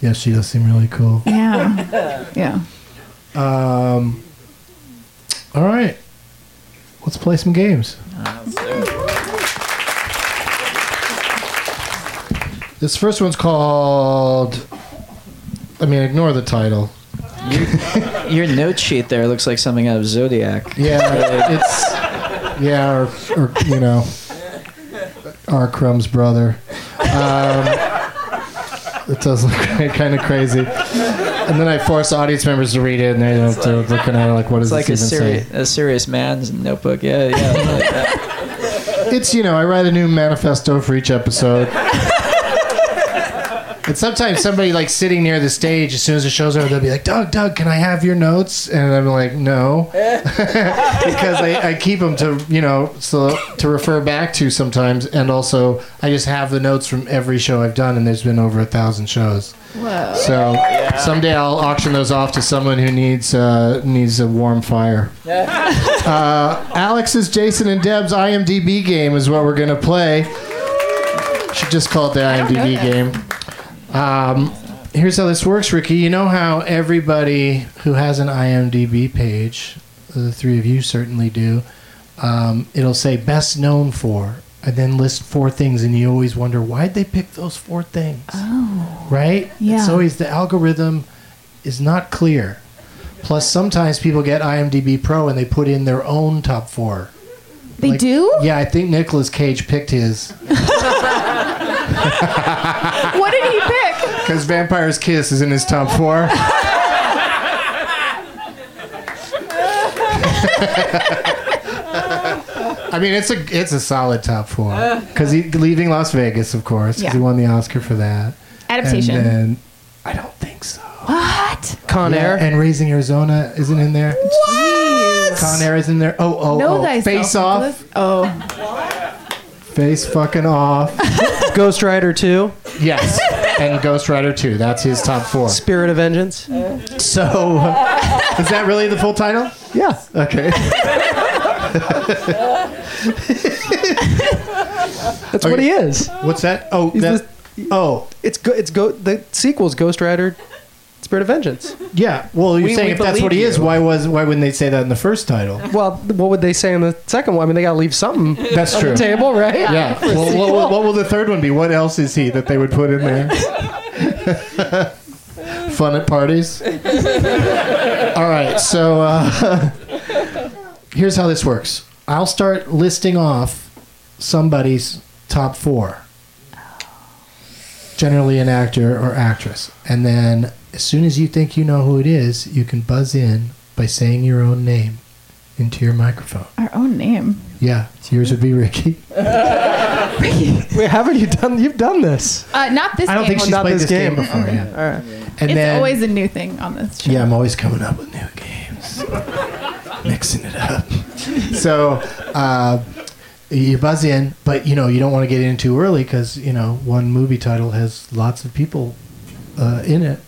Speaker 3: Yeah, she does seem really cool.
Speaker 6: Yeah. Yeah.
Speaker 3: Um, all right. Let's play some games. This first one's called. I mean, ignore the title.
Speaker 2: Your note sheet there looks like something out of Zodiac.
Speaker 3: Yeah, it's yeah, or, or you know, our Crumb's brother. Um, it does look kind of crazy. And then I force audience members to read it, and they're, they're looking at it like, "What
Speaker 2: it's
Speaker 3: does
Speaker 2: like a,
Speaker 3: this even
Speaker 2: seri-
Speaker 3: say?"
Speaker 2: a serious man's notebook. Yeah, yeah. like that.
Speaker 3: It's you know, I write a new manifesto for each episode. And sometimes somebody like sitting near the stage, as soon as the show's over, they'll be like, "Doug, Doug, can I have your notes?" And I'm like, "No," because I, I keep them to you know so to refer back to sometimes, and also I just have the notes from every show I've done, and there's been over a thousand shows.
Speaker 6: Whoa.
Speaker 3: So someday I'll auction those off to someone who needs uh, needs a warm fire. uh, Alex's, Jason, and Deb's IMDb game is what we're gonna play. Should just call it the IMDb game. Um, here's how this works, Ricky. You know how everybody who has an IMDb page, the three of you certainly do, um, it'll say best known for, and then list four things, and you always wonder why'd they pick those four things. Oh. Right?
Speaker 10: Yeah.
Speaker 3: It's always the algorithm is not clear. Plus, sometimes people get IMDb Pro and they put in their own top four.
Speaker 6: They do?
Speaker 3: Yeah, I think Nicolas Cage picked his.
Speaker 6: What did he pick?
Speaker 3: Because Vampire's Kiss is in his top four. I mean, it's a it's a solid top four because he leaving Las Vegas, of course, because he
Speaker 6: Yeah.
Speaker 3: won the Oscar for that
Speaker 6: Adaptation.
Speaker 3: And then
Speaker 6: What?
Speaker 3: Con Air and Raising Arizona isn't in there.
Speaker 6: What?
Speaker 3: Con Air is in there. Oh, oh,
Speaker 6: Know
Speaker 3: oh.
Speaker 6: thyself,
Speaker 3: Face off.
Speaker 6: Nicholas. Oh.
Speaker 3: Face fucking off.
Speaker 8: Ghost Rider 2.
Speaker 3: Yes. And Ghost Rider 2. That's his top four.
Speaker 8: Spirit of Vengeance.
Speaker 3: So, uh, is that really the full title?
Speaker 8: Yeah.
Speaker 3: Okay.
Speaker 8: That's what he is.
Speaker 3: What's that? Oh,
Speaker 8: that,
Speaker 3: oh,
Speaker 8: it's go, it's go. The sequel's Ghost Rider, Spirit of Vengeance.
Speaker 3: Yeah. Well, you're
Speaker 8: We-
Speaker 3: saying
Speaker 8: we
Speaker 3: if that's what he
Speaker 8: believe
Speaker 3: is,
Speaker 8: you.
Speaker 3: why was why wouldn't they say that in the first title?
Speaker 8: Well, what would they say in the second one? I mean, they gotta leave something.
Speaker 3: That's
Speaker 8: on
Speaker 3: true.
Speaker 8: The table, right?
Speaker 3: Yeah.
Speaker 8: For a
Speaker 3: Well, what,
Speaker 8: sequel.
Speaker 3: what, what will the third one be? What else is he that they would put in there? Fun at parties. All right. So uh, here's how this works. I'll start listing off somebody's top four, generally an actor or actress, and then as soon as you think you know who it is, you can buzz in by saying your own name into your microphone.
Speaker 6: Our own name.
Speaker 3: Yeah, yours would be Ricky.
Speaker 8: Wait, haven't you done? You've done this.
Speaker 6: Uh, not this
Speaker 3: I don't
Speaker 6: game.
Speaker 3: think she's played this game, before. Yeah. And
Speaker 6: it's
Speaker 3: then,
Speaker 6: always a new thing on this show.
Speaker 3: yeah, I'm always coming up with new games, mixing it up. So uh, you buzz in, but you know you don't want to get in too early because you know one movie title has lots of people uh, in it.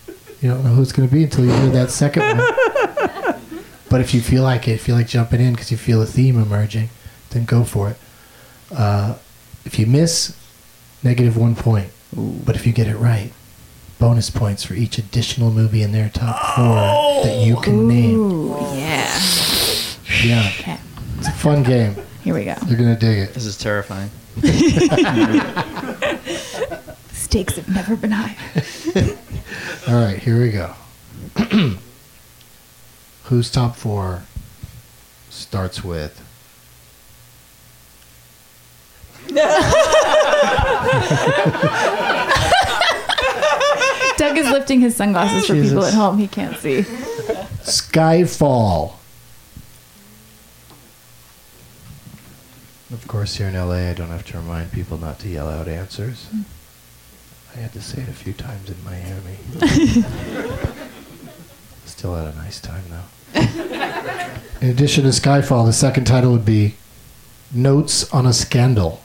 Speaker 3: You don't know who it's going to be until you hear that second one. But if you feel like it, feel like jumping in because you feel a theme emerging, then go for it. Uh, if you miss, negative one point. But if you get it right, bonus points for each additional movie in their top four that you can name.
Speaker 6: yeah.
Speaker 3: Yeah. It's a fun game.
Speaker 6: Here we go.
Speaker 3: You're going to dig it.
Speaker 2: This is terrifying.
Speaker 6: Stakes have never been higher.
Speaker 3: All right, here we go. Whose top four starts with
Speaker 6: Doug is lifting his sunglasses for people
Speaker 3: Jesus.
Speaker 6: at home. He can't see.
Speaker 3: Skyfall. Of course, here in LA, I don't have to remind people not to yell out answers. I had to say it a few times in Miami. Still had a nice time, though. in addition to Skyfall, the second title would be Notes on a Scandal.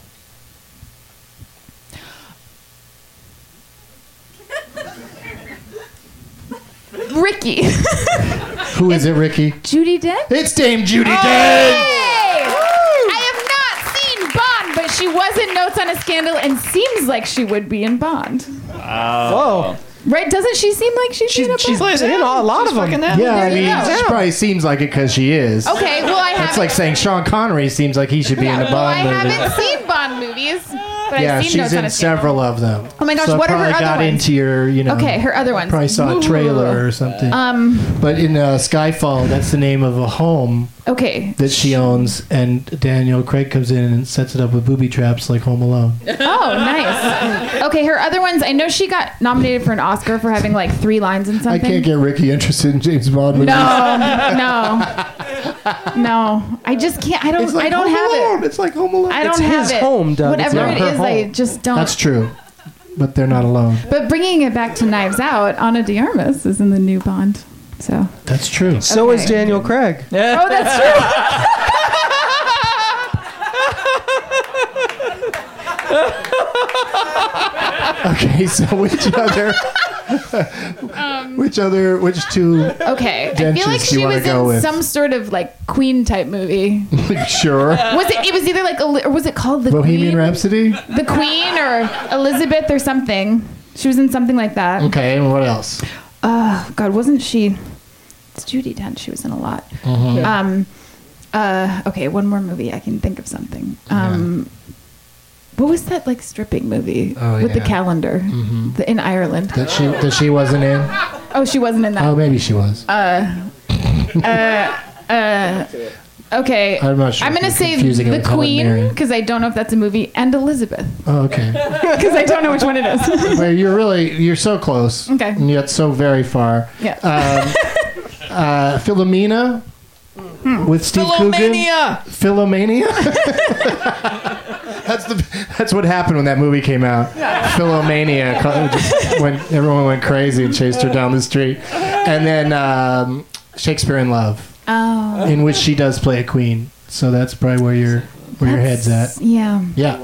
Speaker 6: Ricky.
Speaker 3: Who is it, Ricky? Ah!
Speaker 6: Judy Dench?
Speaker 3: It's Dame Judy Dench!
Speaker 6: Hey! I have not seen Bond, but she was in Notes on a Scandal and seems like she would be in Bond.
Speaker 8: Wow.
Speaker 6: Right? Doesn't she seem like she's in a Bond?
Speaker 8: she plays in a lot of them.
Speaker 3: Yeah, I
Speaker 6: There
Speaker 3: mean,
Speaker 6: you go.
Speaker 3: she probably seems like it because she is.
Speaker 6: Okay, well, I
Speaker 3: That's
Speaker 6: haven't-
Speaker 3: like saying Sean Connery seems like he should be in a
Speaker 6: Yeah, well, I
Speaker 3: Bond movie.
Speaker 6: haven't seen Bond movies, but
Speaker 3: yeah,
Speaker 6: I've seen
Speaker 3: she's
Speaker 6: Notes on
Speaker 3: in
Speaker 6: a Scandal.
Speaker 3: several of them.
Speaker 6: Oh my gosh,
Speaker 3: so I
Speaker 6: what are her
Speaker 3: probably
Speaker 6: other
Speaker 3: got
Speaker 6: ones?
Speaker 3: into your, you know.
Speaker 6: Okay, her other ones.
Speaker 3: Probably saw a trailer or something.
Speaker 6: Um,
Speaker 3: But in uh, Skyfall, that's the name of a home
Speaker 6: Okay.
Speaker 3: that she owns, and Daniel Craig comes in and sets it up with booby traps like Home Alone.
Speaker 6: Oh, nice. Okay, her other ones. I know she got nominated for an Oscar for having like three lines in
Speaker 3: I
Speaker 6: something.
Speaker 3: can't get Ricky interested in James Bond movies.
Speaker 6: No, no, no. I just can't. I don't.
Speaker 3: It's like
Speaker 6: I don't
Speaker 3: Home
Speaker 6: have
Speaker 3: it. It's like Home Alone.
Speaker 6: I don't
Speaker 3: It's
Speaker 6: have
Speaker 3: his
Speaker 6: it.
Speaker 3: home, Doug. It's
Speaker 6: Whatever
Speaker 3: not
Speaker 6: it
Speaker 3: her
Speaker 6: is, I
Speaker 3: home.
Speaker 6: just don't.
Speaker 3: That's true, but they're not alone.
Speaker 6: But bringing it back to Knives Out, Anna de Armas is in the new Bond. So.
Speaker 3: That's true.
Speaker 8: So is Daniel Craig.
Speaker 6: Oh, that's true.
Speaker 3: Okay, so which other, which other, which two?
Speaker 6: Okay. I
Speaker 3: Dentures
Speaker 6: feel like
Speaker 3: do you
Speaker 6: she
Speaker 3: wanna
Speaker 6: was
Speaker 3: go
Speaker 6: in
Speaker 3: with?
Speaker 6: some sort of like Queen type movie.
Speaker 3: sure.
Speaker 6: Was it? It was either like a li- or was it called the
Speaker 3: Bohemian
Speaker 6: Queen?
Speaker 3: Rhapsody.
Speaker 6: the Queen or Elizabeth or something. She was in something like that.
Speaker 3: Okay, and what else?
Speaker 6: Uh, God, wasn't she? It's Judy Dench. She was in a lot.
Speaker 3: Mhm. Yeah.
Speaker 6: Um, uh, okay, one more movie. I can think of something. Um, What was that like stripping movie
Speaker 3: Oh,
Speaker 6: with the
Speaker 3: yeah.
Speaker 6: calendar
Speaker 3: Mhm.
Speaker 6: the, in Ireland?
Speaker 3: That she that she wasn't in.
Speaker 6: oh, she wasn't in that.
Speaker 3: Oh, maybe she was.
Speaker 6: Uh, uh, uh, okay.
Speaker 3: I'm not sure
Speaker 6: I'm
Speaker 3: if
Speaker 6: gonna
Speaker 3: you're
Speaker 6: say
Speaker 3: confusing it
Speaker 6: the
Speaker 3: with Helen
Speaker 6: Queen
Speaker 3: Mirren.
Speaker 6: because I don't know if that's a movie, and Elizabeth
Speaker 3: Oh, okay.
Speaker 6: because I don't know which one it is.
Speaker 3: Well, you're really you're so close.
Speaker 6: Okay.
Speaker 3: And yet so very far.
Speaker 6: Yeah.
Speaker 3: Um, uh, Philomena with Steve Coogan.
Speaker 6: Hmm. Philomania.
Speaker 3: Philomania. that's the that's what happened when that movie came out. Philomania Just when everyone went crazy and chased her down the street, and then um, Shakespeare in Love,
Speaker 6: Oh.
Speaker 3: in which she does play a queen. So that's probably where your where your head's at.
Speaker 6: Yeah.
Speaker 3: Yeah.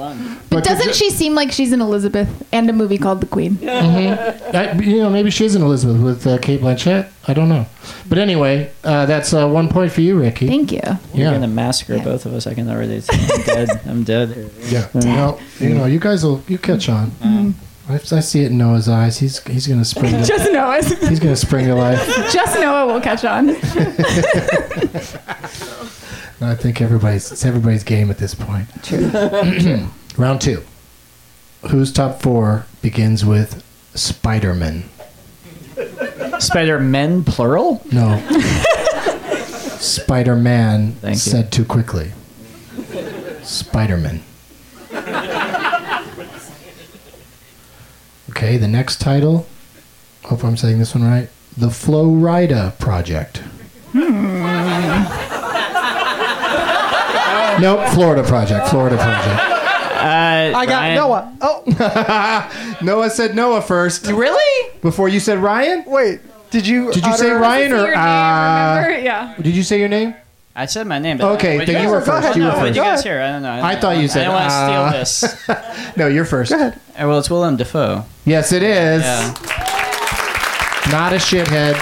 Speaker 3: But
Speaker 6: But doesn't
Speaker 3: could-
Speaker 6: she seem like she's in Elizabeth and a movie called The Queen?
Speaker 3: Mhm. I, you know, maybe she is an Elizabeth with uh, Kate Blanchett. I don't know. But anyway, uh, that's uh, one point for you, Ricky.
Speaker 6: Thank you.
Speaker 2: You're
Speaker 3: Yeah.
Speaker 2: gonna massacre both of us. I can already. Tell. I'm dead. I'm dead.
Speaker 3: Yeah. Well, you know, you guys will you catch on.
Speaker 6: Mm-hmm.
Speaker 3: I, I see it in Noah's eyes. He's he's gonna spring. to-
Speaker 6: Just Noah's.
Speaker 3: He's gonna spring to life.
Speaker 6: Just Noah will catch on.
Speaker 3: I think everybody's it's everybody's game at this point. Round two. Whose top four begins with Spider Man?
Speaker 2: Spider Men plural.
Speaker 3: No. Spider Man
Speaker 2: Thank you.
Speaker 3: said too quickly. Spider Man. Okay, the next title. Hope I'm saying this one right. The Flow Rida Project. Nope, Florida Project. Florida Project.
Speaker 2: I
Speaker 3: got Ryan. Noah. Oh, Noah said Noah first.
Speaker 8: Really?
Speaker 3: Before you said Ryan?
Speaker 8: Wait, did you?
Speaker 3: Did you say
Speaker 8: utter-
Speaker 3: Ryan or uh, Did you say your name?
Speaker 2: I said my name. But
Speaker 3: Okay,
Speaker 2: What'd
Speaker 3: then you were
Speaker 2: guys-
Speaker 3: first. you were
Speaker 2: No, what'd
Speaker 3: first.
Speaker 2: you guys hear? I don't know.
Speaker 3: I thought you
Speaker 2: I
Speaker 3: said.
Speaker 2: don't want to
Speaker 3: uh,
Speaker 2: steal this.
Speaker 3: No, you're first.
Speaker 2: Uh, well, it's Willem Dafoe.
Speaker 3: Yes, it is.
Speaker 2: Yeah.
Speaker 3: Not a shithead.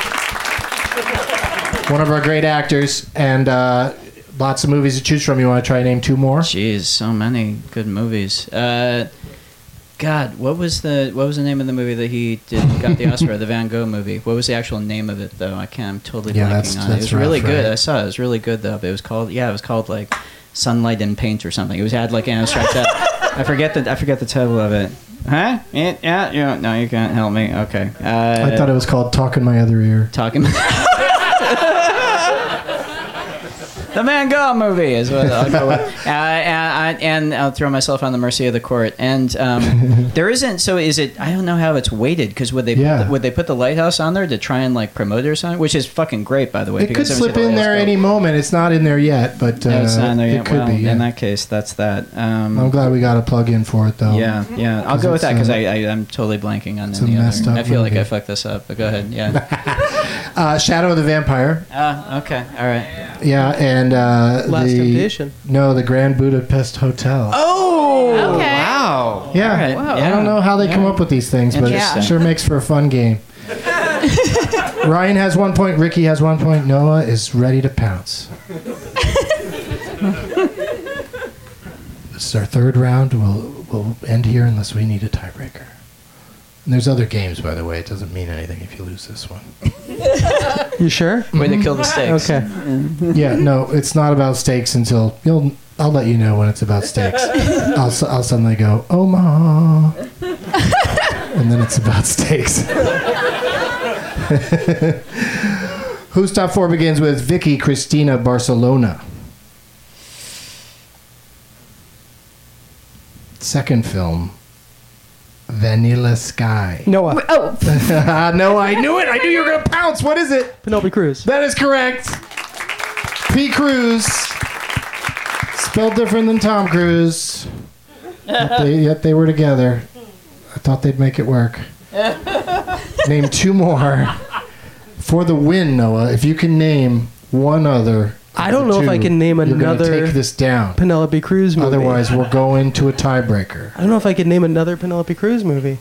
Speaker 3: One of our great actors, and uh, lots of movies to choose from. You want to try to name two more?
Speaker 2: Jeez, so many good movies. Uh, God, what was the what was the name of the movie that he did got the Oscar? the Van Gogh movie. What was the actual name of it though? I can't. I'm totally
Speaker 3: Yeah,
Speaker 2: blanking
Speaker 3: that's-
Speaker 2: on it. It
Speaker 3: that's
Speaker 2: was really
Speaker 3: rough,
Speaker 2: good.
Speaker 3: right?
Speaker 2: I saw it. It was really good though. But it was called yeah. It was called like Sunlight and Paint or something. It was had like an abstract. uh, I forget the I forget the title of it. Huh? Yeah, yeah, yeah. No, you can't help me. Okay. Uh,
Speaker 3: I thought it was called "Talk in My Other Ear."
Speaker 2: talking. The Van Gogh movie is what I'll go with. Uh, and, I- and I'll throw myself on the mercy of the court. And um, there isn't. So is it? I don't know how it's weighted because would they
Speaker 3: Yeah.
Speaker 2: would they put the lighthouse on there to try and like promote it or something? Which is fucking great, by the way.
Speaker 3: It could
Speaker 2: because obviously
Speaker 3: slip
Speaker 2: the
Speaker 3: in
Speaker 2: lighthouse
Speaker 3: there any moment. It's not in there yet, but uh,
Speaker 2: No, it's not in there
Speaker 3: it
Speaker 2: yet.
Speaker 3: could
Speaker 2: Well,
Speaker 3: be. yeah.
Speaker 2: in that case, that's that. Um,
Speaker 3: I'm glad we got a plug in for it, though.
Speaker 2: Yeah, yeah. I'll
Speaker 3: 'Cause
Speaker 2: go with
Speaker 3: it's,
Speaker 2: that because
Speaker 3: uh,
Speaker 2: I, I I'm totally blanking on
Speaker 3: it's a
Speaker 2: any
Speaker 3: messed
Speaker 2: other.
Speaker 3: up
Speaker 2: I feel like
Speaker 3: movie.
Speaker 2: I fucked this up, but go ahead. Yeah.
Speaker 3: Uh, Shadow of the Vampire.
Speaker 2: Ah, okay. All right.
Speaker 3: Yeah, and uh,
Speaker 2: Last
Speaker 3: the,
Speaker 2: Temptation.
Speaker 3: No, the Grand Budapest Hotel.
Speaker 2: Oh.
Speaker 6: Okay.
Speaker 2: Wow.
Speaker 3: Yeah,
Speaker 2: All right.
Speaker 3: I don't know how they come up with these things, but
Speaker 2: Interesting.
Speaker 3: it sure makes for a fun game. Ryan has one point. Ricky has one point. Noah is ready to pounce. this is our third round. We'll we'll end here unless we need a tiebreaker. And there's other games, by the way. It doesn't mean anything if you lose this one.
Speaker 8: You sure?
Speaker 2: Way to kill the stakes.
Speaker 8: Okay.
Speaker 3: yeah, no, it's not about stakes until you'll. I'll let you know when it's about stakes. I'll, su- I'll suddenly go, oh ma, and then it's about stakes. Who's top four begins with Vicky Cristina Barcelona. Second film, Vanilla Sky.
Speaker 8: Noah.
Speaker 6: Oh.
Speaker 3: no, I knew it. I knew you were going to pounce. What is it?
Speaker 8: Penelope Cruz.
Speaker 3: That is correct. P. Cruz. Spelled different than Tom Cruise. Yet they, yet they were together. I thought they'd make it work. Name two more. For the win, Noah, if you can name one other.
Speaker 8: I don't know if I can name
Speaker 3: You're gonna
Speaker 8: another
Speaker 3: take this down.
Speaker 8: Penelope Cruz movie.
Speaker 3: Otherwise, we'll go into a tiebreaker.
Speaker 8: I don't know if I could name another Penelope Cruz movie.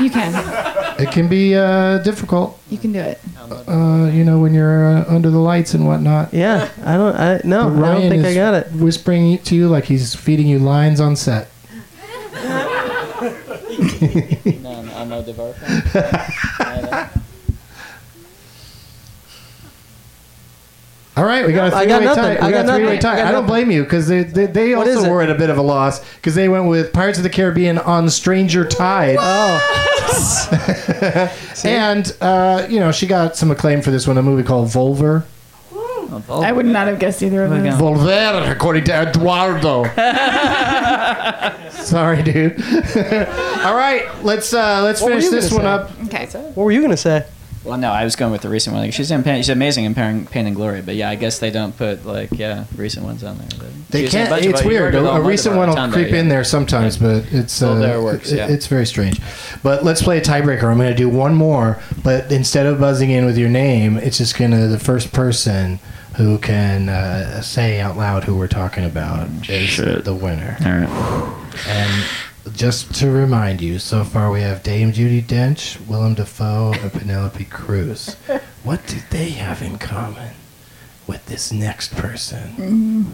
Speaker 6: You can.
Speaker 3: It can be uh, difficult.
Speaker 6: You can do it.
Speaker 3: Uh, you know, when you're uh, under the lights and whatnot.
Speaker 8: Yeah, I don't. I no,
Speaker 3: But
Speaker 8: I don't think I
Speaker 3: is
Speaker 8: got it.
Speaker 3: Whispering to you like he's feeding you lines on set.
Speaker 2: No, no, I'm no DeVar
Speaker 3: All right, we got a
Speaker 8: I got
Speaker 3: three-way
Speaker 8: nothing.
Speaker 3: tie. We
Speaker 8: I got
Speaker 3: got, a
Speaker 8: nothing.
Speaker 3: three-way
Speaker 8: I
Speaker 3: tie.
Speaker 8: got
Speaker 3: I, don't
Speaker 8: nothing.
Speaker 3: blame you because they they, they
Speaker 8: is
Speaker 3: also
Speaker 8: it?
Speaker 3: were at a bit of a loss because they went with Pirates of the Caribbean on Stranger Tide. Oh, and uh, you know she got some acclaim for this one, a movie called Volver.
Speaker 6: I would not have guessed either of
Speaker 3: Volver,
Speaker 6: those.
Speaker 3: according to Eduardo. Sorry, dude. All right, let's uh, let's
Speaker 8: What were
Speaker 3: finish
Speaker 8: you
Speaker 3: this
Speaker 8: gonna
Speaker 3: one
Speaker 8: say?
Speaker 3: up.
Speaker 6: Okay.
Speaker 8: What were you gonna say?
Speaker 2: Well, no, I was going with the recent one. Like, she's in pain, she's amazing in Pain, pain and Glory, but yeah, I guess they don't put like yeah recent ones on there. But
Speaker 3: They
Speaker 2: she's in a
Speaker 3: can't.
Speaker 2: bunch of
Speaker 3: It's
Speaker 2: them. You
Speaker 3: weird.
Speaker 2: heard
Speaker 3: A,
Speaker 2: it
Speaker 3: a
Speaker 2: on
Speaker 3: recent
Speaker 2: Wonder
Speaker 3: one will
Speaker 2: Woman,
Speaker 3: creep
Speaker 2: yeah.
Speaker 3: in there sometimes, but it's
Speaker 2: Well,
Speaker 3: uh,
Speaker 2: there it works,
Speaker 3: it-
Speaker 2: yeah.
Speaker 3: it's very strange. But let's play a tiebreaker. I'm going to do one more, but instead of buzzing in with your name, it's just going to the first person who can uh, say out loud who we're talking about is the winner.
Speaker 2: All right.
Speaker 3: And just to remind you, so far we have Dame Judy Dench, Willem Dafoe, and Penelope Cruz. What do they have in common with this next person?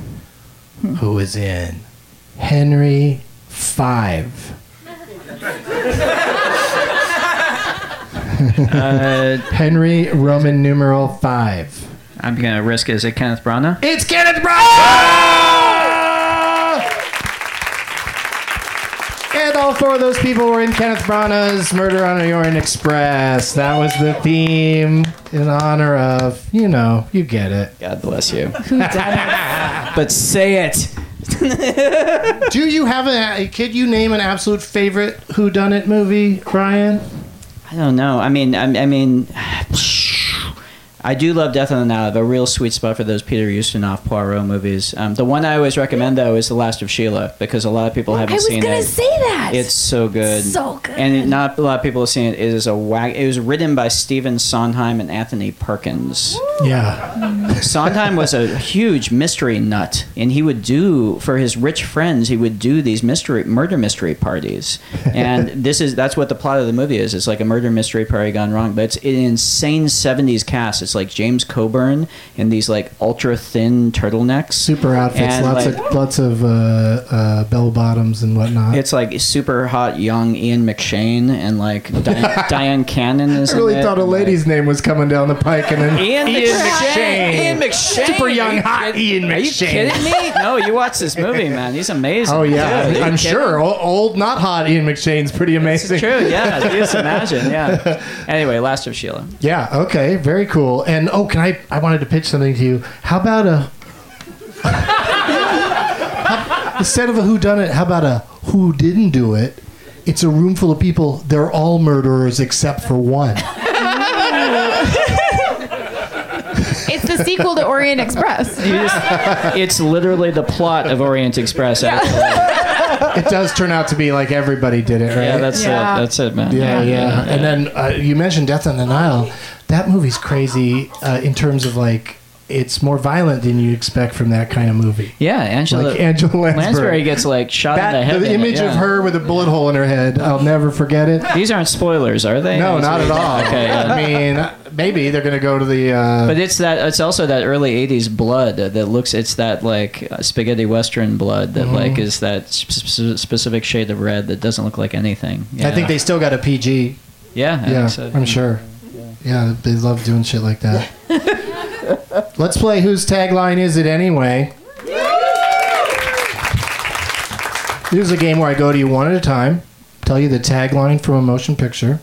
Speaker 2: Mm-hmm.
Speaker 3: who is in Henry Five. Uh, Henry Roman numeral five.
Speaker 2: I'm gonna risk it. Is it Kenneth Branagh?
Speaker 3: It's Kenneth Branagh! Ah! And all four of those people were in Kenneth Branagh's Murder on the Orient Express. That was the theme in honor of, you know, you get it.
Speaker 2: God bless you.
Speaker 6: Who done
Speaker 2: But say it.
Speaker 3: Do you have a? Could you name an absolute favorite Who Done It movie, Brian?
Speaker 2: I don't know. I mean, I, I mean, I do love Death on the Nile. I have a real sweet spot for those Peter Ustinov Poirot movies. Um, the one I always recommend though is The Last of Sheila because a lot of people haven't
Speaker 13: was
Speaker 2: seen it.
Speaker 13: gonna say that.
Speaker 2: It's so good.
Speaker 13: So good.
Speaker 2: And it, not a lot of people have seen it. It is a wag. It was written by Stephen Sondheim and Anthony Perkins.
Speaker 3: Yeah.
Speaker 2: Sondheim was a huge mystery nut, and he would do for his rich friends. He would do these mystery murder mystery parties, and this is that's what the plot of the movie is. It's like a murder mystery party gone wrong, but it's an insane '70s cast. It's like James Coburn in these like ultra thin turtlenecks,
Speaker 3: super outfits,
Speaker 2: and
Speaker 3: lots
Speaker 2: like,
Speaker 3: of lots of uh, uh, bell bottoms and whatnot.
Speaker 2: It's like super hot young Ian McShane and like Diane, Diane Cannon is.
Speaker 3: I
Speaker 2: in
Speaker 3: really
Speaker 2: it.
Speaker 3: thought a lady's name was coming down the pike, and then
Speaker 2: Ian McShane. Ian McShane.
Speaker 3: Super young, hot Ian
Speaker 2: Are you
Speaker 3: McShane.
Speaker 2: kidding me? No, you watch this movie, man. He's amazing.
Speaker 3: Oh yeah,
Speaker 2: Dude, are you
Speaker 3: I'm
Speaker 2: kidding?
Speaker 3: sure. O- Old, not hot. Ian McShane's pretty amazing.
Speaker 2: True, yeah. Just imagine, yeah. Anyway, Last of Sheila.
Speaker 3: Yeah. Okay. Very cool. And oh, can I? I wanted to pitch something to you. How about a how- instead of a who done it? How about a who didn't do it? It's a room full of people. They're all murderers except for one.
Speaker 6: it's the sequel to Orient Express.
Speaker 2: You just- it's literally the plot of Orient Express. actually.
Speaker 3: It does turn out to be like everybody did it, right?
Speaker 2: Yeah, that's it. That's it, man.
Speaker 3: Yeah,
Speaker 2: yeah.
Speaker 3: yeah. And then uh, you mentioned Death on the Nile. That movie's crazy uh, in terms of like it's more violent than you expect from that kind of movie.
Speaker 2: Yeah, Angela.
Speaker 3: Like Angela Lansbury.
Speaker 2: gets like shot in the
Speaker 3: That,
Speaker 2: head.
Speaker 3: the
Speaker 2: in it,
Speaker 3: image of
Speaker 2: yeah.
Speaker 3: her with a bullet hole in her head, I'll never forget it.
Speaker 2: These aren't spoilers, are they?
Speaker 3: No,
Speaker 2: Is
Speaker 3: not
Speaker 2: it-
Speaker 3: at all.
Speaker 2: Okay. yeah.
Speaker 3: I mean, maybe they're going to go to the. Uh,
Speaker 2: But it's that. It's also that early '80s blood that looks. It's that like uh, spaghetti western blood that
Speaker 3: Mhm.
Speaker 2: like is that sp- specific shade of red that doesn't look like anything.
Speaker 3: I think they still got a PG.
Speaker 2: Yeah, I
Speaker 3: yeah,
Speaker 2: think so.
Speaker 3: I'm sure. Yeah, they love doing shit like that. Let's play. Whose tagline is it anyway? This is a game where I go to you one at a time, tell you the tagline from a motion picture,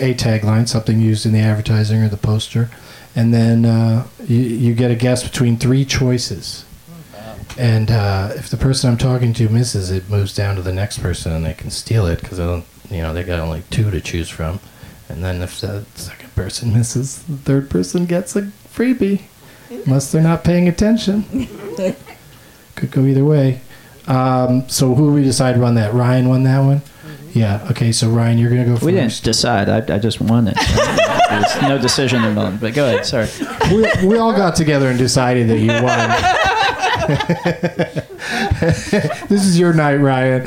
Speaker 3: a tagline, something used in the advertising or the poster, and then uh, you, you get a guess between three choices. And uh, if the person I'm talking to misses, it moves down to the next person, and they can steal it because you know they got only two to choose from. And then if the second person misses, the third person gets a freebie, unless they're not paying attention. Could go either way. Um, so who we decide won that? Ryan won that one. Yeah. Okay. So Ryan, you're gonna go first.
Speaker 2: We didn't decide. I, I just won it. There's no decision involved. But go ahead. Sorry.
Speaker 3: we, we all got together and decided that you won. this is your night, Ryan.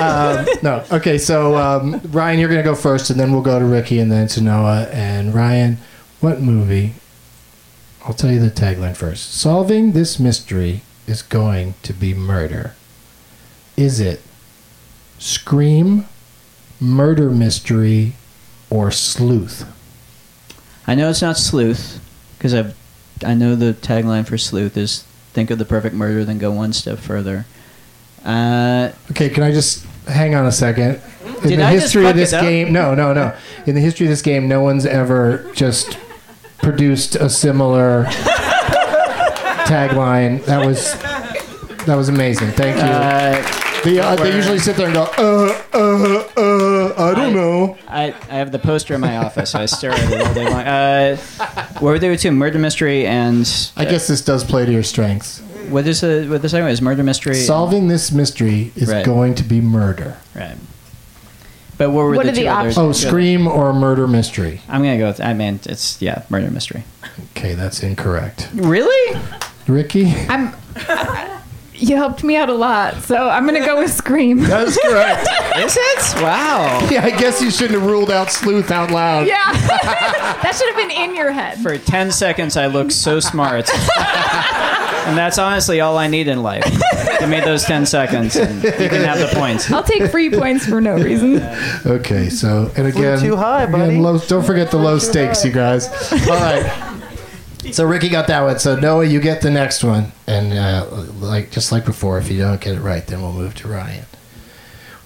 Speaker 3: Um, no, okay. So um, Ryan, you're going to go first, and then we'll go to Ricky, and then to Noah. And Ryan, what movie? I'll tell you the tagline first. Solving this mystery is going to be murder. Is it Scream, Murder Mystery, or Sleuth?
Speaker 2: I know it's not sleuth because I I know the tagline for sleuth is think of the perfect murder, then go one step further. Uh,
Speaker 3: Okay, can I just hang on a second? In
Speaker 2: Did
Speaker 3: the
Speaker 2: I just
Speaker 3: history
Speaker 2: fuck
Speaker 3: of this
Speaker 2: it up?
Speaker 3: game, no, no, no. In the history of this game, no one's ever just produced a similar tagline. That was that was amazing. Thank you. they, uh, they
Speaker 2: where-
Speaker 3: usually sit there and go, uh, uh, uh, I don't know.
Speaker 2: I, I have the poster in my office. I stare at it all day long. Uh, what were there two? Murder mystery and
Speaker 3: I guess this does play to your strengths.
Speaker 2: what is the what the second one is murder mystery.
Speaker 3: Solving this mystery is
Speaker 2: Right.
Speaker 3: going to be murder.
Speaker 2: right. But what were
Speaker 3: What
Speaker 2: the
Speaker 3: are
Speaker 2: two
Speaker 3: the
Speaker 2: others?
Speaker 3: options? Oh, Scream or Murder Mystery.
Speaker 2: I'm gonna go with. I mean, it's yeah, murder mystery.
Speaker 3: Okay, that's incorrect.
Speaker 2: Really?
Speaker 3: Ricky?
Speaker 6: I'm. You helped me out a lot, so I'm gonna go with Scream.
Speaker 3: That's correct.
Speaker 2: Is it? Wow.
Speaker 3: Yeah, I guess you shouldn't have ruled out Sleuth out loud.
Speaker 6: Yeah, that should have been in your head.
Speaker 2: For ten seconds, I looked so smart, and that's honestly all I need in life. Give me those ten seconds, and you can have the points.
Speaker 6: I'll take free points for no reason.
Speaker 3: Okay, so and
Speaker 6: Flew
Speaker 3: again,
Speaker 6: too high,
Speaker 3: again,
Speaker 6: buddy.
Speaker 3: low- don't forget the low stakes, you guys. All right. So Ricky got that one. So Noah, you get the next one, and uh, like just like before, if you don't get it right, then we'll move to Ryan.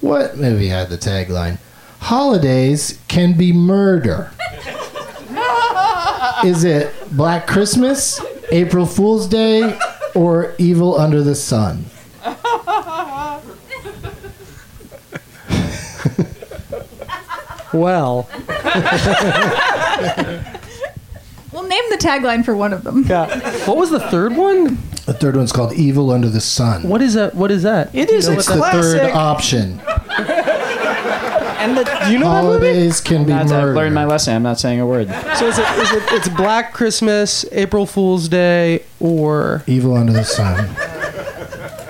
Speaker 3: What movie had the tagline "Holidays can be murder"? Is it Black Christmas, April Fool's Day, or Evil Under the Sun?
Speaker 8: Well,
Speaker 6: Well, name the tagline for one of them.
Speaker 8: what was the third one?
Speaker 3: The third one's called Evil Under the Sun.
Speaker 8: What is that? What is that?
Speaker 2: It
Speaker 3: it's the third option.
Speaker 2: And the
Speaker 8: you know
Speaker 3: Holidays can be
Speaker 2: That's- I've
Speaker 8: murdered.
Speaker 2: learned my lesson. I'm not saying a word.
Speaker 8: So is it, is it it's Black Christmas, April Fool's Day, or
Speaker 3: Evil Under the Sun?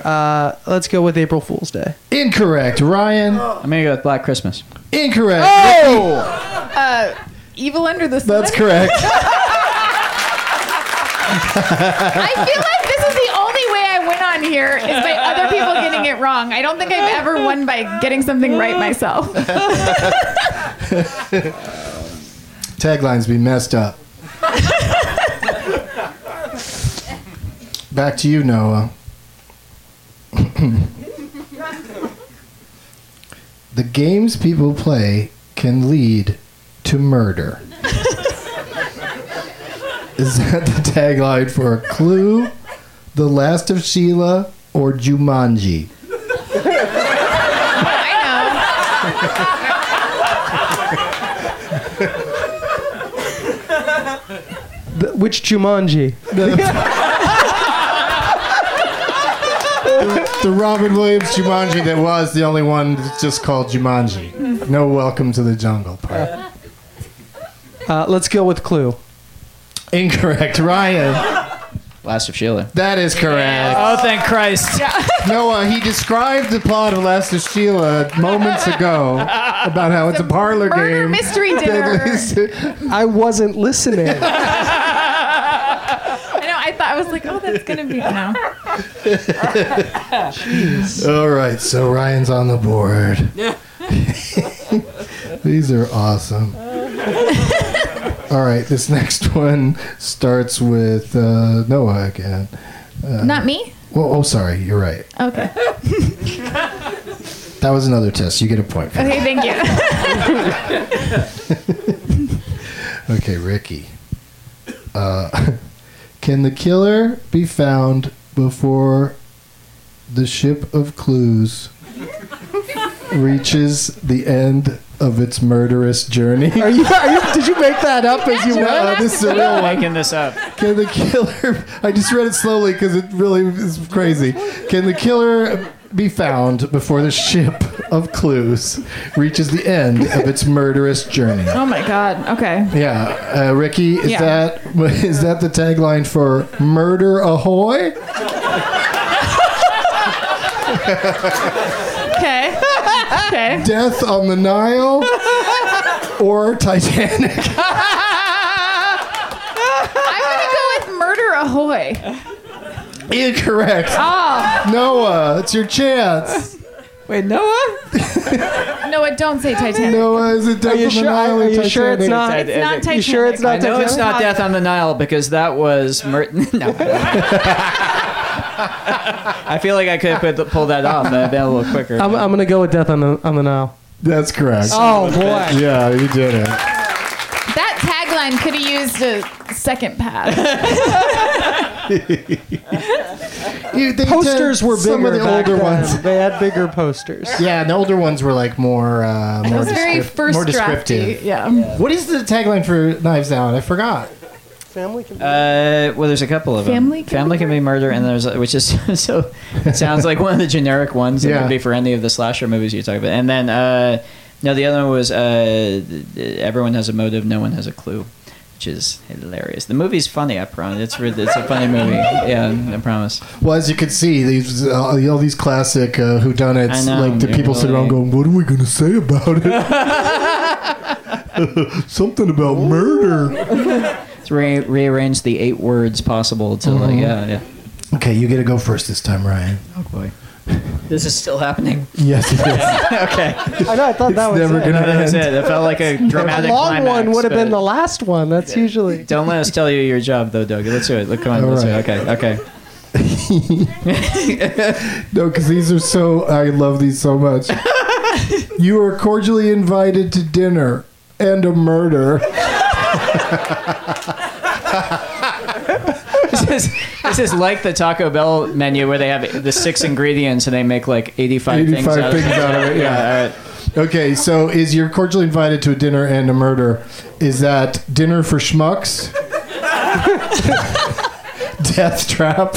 Speaker 8: Uh, let's go with April Fool's Day.
Speaker 3: Incorrect, Ryan.
Speaker 2: I'm gonna go with Black Christmas.
Speaker 3: Incorrect.
Speaker 6: Uh, evil under the sun.
Speaker 3: Oh! That's correct.
Speaker 6: I feel like this is the only way I win on here is by other people getting it wrong. I don't think I've ever won by getting something right myself.
Speaker 3: Taglines be messed up. Back to you, Noah. the games people play can lead to murder. Is that the tagline for Clue, The Last of Sheila, or Jumanji?
Speaker 8: Th- which Jumanji?
Speaker 3: the Robin Williams Jumanji that was the only one that's just called Jumanji. No welcome to the jungle part.
Speaker 8: Uh, let's go with Clue.
Speaker 3: Incorrect, Ryan.
Speaker 2: Last of Sheila.
Speaker 3: That is correct.
Speaker 9: Oh, thank Christ.
Speaker 3: Noah, he described the plot of Last of Sheila moments ago about how it's, a parlor
Speaker 6: murder
Speaker 3: game.
Speaker 6: mystery
Speaker 3: that
Speaker 6: dinner.
Speaker 3: leads to-
Speaker 8: I wasn't listening.
Speaker 6: I know. I thought I was like, oh, that's gonna be no.
Speaker 3: All right, so Ryan's on the board.
Speaker 6: Yeah.
Speaker 3: These are awesome. All right, this next one starts with uh, Noah again. Uh,
Speaker 6: Not me.
Speaker 3: Well, oh, sorry, you're right.
Speaker 6: Okay.
Speaker 3: That was another test. You get a point for
Speaker 6: Okay. Thank you.
Speaker 3: that. Okay, Ricky. Uh, can the killer be found before the ship of clues reaches the end of its murderous journey?
Speaker 8: Are you, are you, did you make that up as you
Speaker 3: No,
Speaker 8: went?
Speaker 3: this is a real one.
Speaker 9: Making this up.
Speaker 3: Can the killer? I just read it slowly because it really is crazy. Can the killer be found before the ship of clues reaches the end of its murderous journey?
Speaker 8: Um,
Speaker 6: oh my god. Okay.
Speaker 3: Yeah, uh, Ricky, is
Speaker 6: Yeah.
Speaker 3: that is that the tagline for "Murder Ahoy"?
Speaker 6: Okay. Okay.
Speaker 3: Death on the Nile or Titanic?
Speaker 6: I'm gonna go with murder ahoy.
Speaker 3: Incorrect.
Speaker 6: Oh.
Speaker 3: Noah, it's your chance.
Speaker 8: Wait, Noah?
Speaker 6: Noah, don't say Titanic.
Speaker 3: Noah, is it Death
Speaker 6: Are you
Speaker 3: on the
Speaker 6: sure-
Speaker 3: Nile or
Speaker 6: are you
Speaker 3: Titanic?
Speaker 6: sure it's not- It's not
Speaker 8: You sure it's not
Speaker 2: I know it's
Speaker 8: Titanic?
Speaker 2: not Death on the Nile because that was Mer- no. I feel like I could have put the, pulled that off. That'd been a little quicker.
Speaker 8: I'm, I'm going to go with Death on the, on the Nile.
Speaker 3: That's correct.
Speaker 8: Oh, boy.
Speaker 3: Yeah, you did it.
Speaker 6: That tagline could have used a second pass.
Speaker 3: You- they
Speaker 8: posters
Speaker 3: did
Speaker 8: were bigger.
Speaker 3: some of the
Speaker 8: back
Speaker 3: older
Speaker 8: then.
Speaker 3: ones.
Speaker 8: They had bigger posters.
Speaker 3: Yeah, the older ones were like more uh, more,
Speaker 6: was very
Speaker 3: descript-
Speaker 6: first
Speaker 3: more
Speaker 6: drafty,
Speaker 3: descriptive.
Speaker 6: yeah.
Speaker 3: What is the tagline for Knives Out? I forgot.
Speaker 8: Family can
Speaker 2: Uh, well, there's a couple of them.
Speaker 8: Family can
Speaker 2: Family can be murder, and there's a- which is so it sounds like one of the generic ones that
Speaker 8: Yeah.
Speaker 2: would be for any of the slasher movies you talk about. And then uh, no, the other one was uh, everyone has a motive, no one has a clue, which is hilarious. The movie's funny, I promise. It's re- it's a funny movie. Yeah, I promise.
Speaker 3: Well, as you can see, these uh, all these classic uh, whodunits,
Speaker 2: I know,
Speaker 3: like the
Speaker 2: they're
Speaker 3: people sit around
Speaker 2: really-
Speaker 3: going, "What are we going to say about it? Something about murder."
Speaker 2: It's re- rearrange the eight words possible to like
Speaker 8: Mm-hmm.
Speaker 2: yeah
Speaker 3: Mhm.
Speaker 2: yeah.
Speaker 3: Okay, you get to go first this time, Ryan.
Speaker 2: Oh boy, this is still happening.
Speaker 3: Yes, it is.
Speaker 2: okay.
Speaker 8: I know. I thought that was
Speaker 2: never
Speaker 8: it.
Speaker 2: gonna No, that was end. it. It felt like a dramatic
Speaker 8: The long one
Speaker 2: climax,
Speaker 8: would have been
Speaker 2: but-
Speaker 8: the last one. That's usually.
Speaker 2: Don't let us tell you your job though, Doug. Let's do it. Look, come on.
Speaker 3: All
Speaker 2: let's
Speaker 3: right.
Speaker 2: do it. Okay. Okay.
Speaker 3: No, because these are so. I love these so much. you are cordially invited to dinner and a murder.
Speaker 2: this is this is like the Taco Bell menu where they have the six ingredients and they make like eighty five things,
Speaker 3: 85
Speaker 2: out of
Speaker 3: things
Speaker 2: it.
Speaker 3: out of it. Yeah. Okay, so is you're cordially invited to a dinner and a murder? Is that dinner for schmucks, death trap,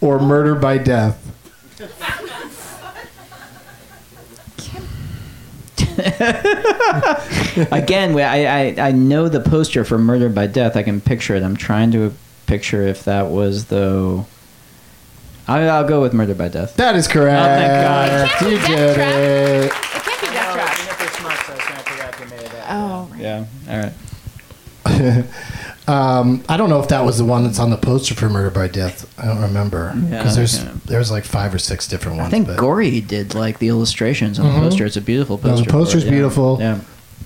Speaker 3: or murder by death?
Speaker 2: Again, we- I, I I know the poster for Murder by Death. I can picture it. I'm trying to picture if that was though. I, I'll go with Murder by Death.
Speaker 3: That is correct.
Speaker 2: Oh, thank God.
Speaker 3: You did it.
Speaker 6: Oh.
Speaker 2: Yeah. All right.
Speaker 3: um, I don't know if that was the one that's on the poster for Murder by Death. I don't remember because
Speaker 2: Yeah,
Speaker 3: there's
Speaker 2: yeah.
Speaker 3: there's like five or six different ones.
Speaker 2: I think
Speaker 3: but-
Speaker 2: Gory did like the illustrations on
Speaker 3: Mhm.
Speaker 2: the poster. It's a beautiful
Speaker 3: No,
Speaker 2: poster.
Speaker 3: the poster's
Speaker 2: for it, yeah.
Speaker 3: beautiful.
Speaker 2: Yeah.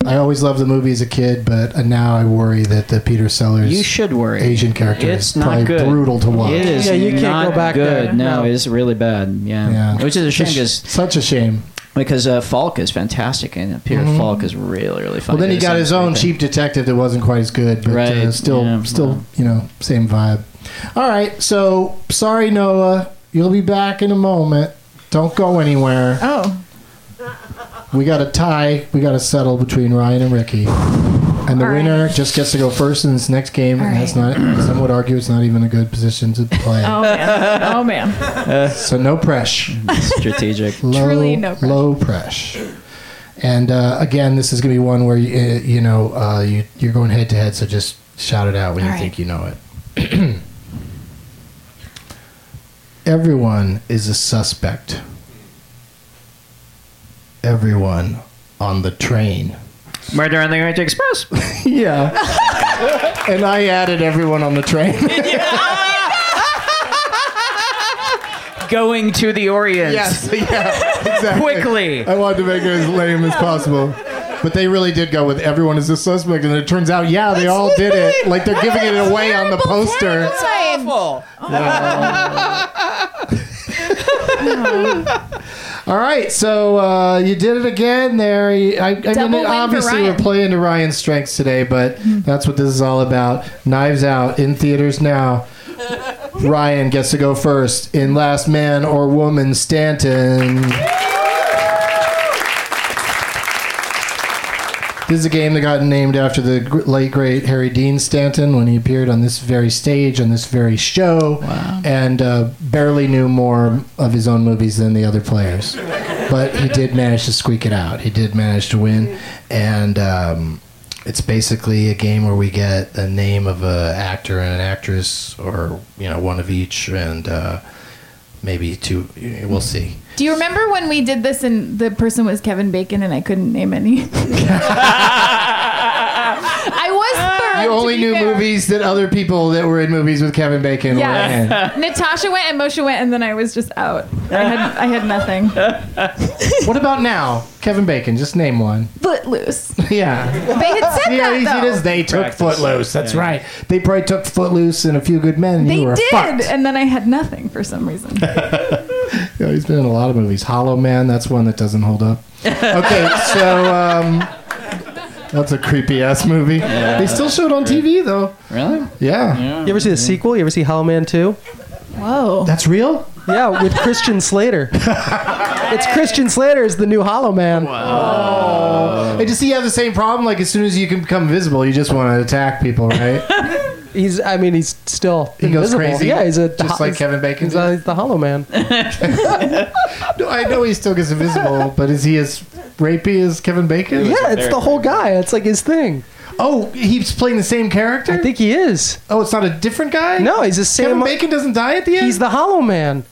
Speaker 3: I always loved the movie as a kid, but uh, now I worry that the Peter Sellers
Speaker 2: You should worry.
Speaker 3: Asian character
Speaker 2: It's
Speaker 3: is probably
Speaker 2: not good.
Speaker 3: brutal to watch.
Speaker 2: It is not good. No, it's really bad. Yeah. which is a shame.
Speaker 3: such a shame.
Speaker 2: Because uh, Falk is fantastic in it. Peter
Speaker 8: Mm-hmm.
Speaker 3: Mhm.
Speaker 2: Falk is really, really
Speaker 3: Well,
Speaker 2: funny.
Speaker 3: then he got his own
Speaker 2: cheap.
Speaker 3: cheap detective that wasn't quite as good, but uh,
Speaker 2: Right,
Speaker 3: still,
Speaker 2: yeah,
Speaker 3: still, you know, same vibe. All right, so sorry, Noah. You'll be back in a moment. Don't go anywhere.
Speaker 6: Oh.
Speaker 3: We got a tie. We got to settle between Ryan and Ricky, and the winner just gets to go first in this next game. and that's not. Some would argue it's not even a good position to play.
Speaker 6: Oh man. Oh man.
Speaker 3: so no press.
Speaker 2: Strategic.
Speaker 3: low,
Speaker 6: Truly no press.
Speaker 3: Low press. And uh, again, this is going to be one where you, uh, you know uh, you you're going head to head, so just shout it out when
Speaker 6: All
Speaker 3: you
Speaker 6: right.
Speaker 3: think you know it. Everyone is a suspect. Everyone on the train.
Speaker 2: Murder on the Orient Express.
Speaker 3: yeah. and I added everyone on the train.
Speaker 2: Going to the Orient.
Speaker 3: Yes, yeah, exactly.
Speaker 2: Quickly.
Speaker 3: I wanted to make it as lame as possible. But they really did go with everyone is a suspect, and it turns out, yeah, they all did it. Like they're giving it away on the poster.
Speaker 2: awful.
Speaker 3: All right, so uh, you did it again there. You- I, I mean,
Speaker 6: Double win for
Speaker 3: obviously we're
Speaker 6: Ryan. Hmm.
Speaker 3: playing to Ryan's strengths today, but that's what this is all about. Knives Out in theaters now. Ryan gets to go first in Last Man or Woman Stanton. This is a game that got named after the gr- late great Harry Dean Stanton when he appeared on this very stage on this very show, and uh, barely knew more of his own movies than the other players. but he did manage to squeak it out. He did manage to win, and um, it's basically a game where we get a name of an actor and an actress, or you know, one of each, and uh, maybe two. We'll see.
Speaker 6: Do you remember when we did this and the person was Kevin Bacon and I couldn't name any? I was third.
Speaker 3: You
Speaker 6: Uh, to
Speaker 3: only
Speaker 6: be
Speaker 3: knew
Speaker 6: fair.
Speaker 3: movies that other people that were in movies with Kevin Bacon were in.
Speaker 6: Yes. Natasha went and Moshe went and then I was just out. I had I had nothing.
Speaker 3: what about now? Kevin Bacon, just name one.
Speaker 6: Footloose.
Speaker 3: Yeah.
Speaker 6: They had said
Speaker 3: See how
Speaker 6: that,
Speaker 3: easy it
Speaker 6: though.
Speaker 3: is? They took
Speaker 6: Practice.
Speaker 3: Footloose. That's
Speaker 6: Yeah.
Speaker 3: right. They probably took Footloose and a few good men. And
Speaker 6: They
Speaker 3: you were
Speaker 6: did,
Speaker 3: fucked.
Speaker 6: and then I had nothing for some reason.
Speaker 3: Yeah, he's been in a lot of movies. Hollow Man, that's one that doesn't hold up. Okay, so um, that's a creepy ass movie. They still showed on TV though.
Speaker 2: Really?
Speaker 3: Yeah.
Speaker 8: You ever see the sequel? You ever see Hollow Man 2? Oh.
Speaker 6: Whoa.
Speaker 3: That's real?
Speaker 8: Yeah, with Christian Slater. it's Christian Slater is the new Hollow Oh, Man. Oh.
Speaker 3: Hey, does he have the same problem? Like as soon as you can become visible, you just want to attack people, right?
Speaker 8: He's, I mean, he's still
Speaker 3: He goes
Speaker 8: invisible.
Speaker 3: crazy?
Speaker 8: Yeah, he's a
Speaker 3: Just like Kevin Bacon
Speaker 8: He's, uh, he's the Hollow Man.
Speaker 3: no, I know he still gets invisible, but is he as rapey as Kevin Bacon?
Speaker 8: yeah, it's the whole guy. It's like his thing.
Speaker 3: Oh, he's playing the same character.
Speaker 8: I think he is.
Speaker 3: Oh, it's not a different guy.
Speaker 8: No, he's the same.
Speaker 3: Kevin Bacon doesn't die at the end.
Speaker 8: He's the Hollow Man.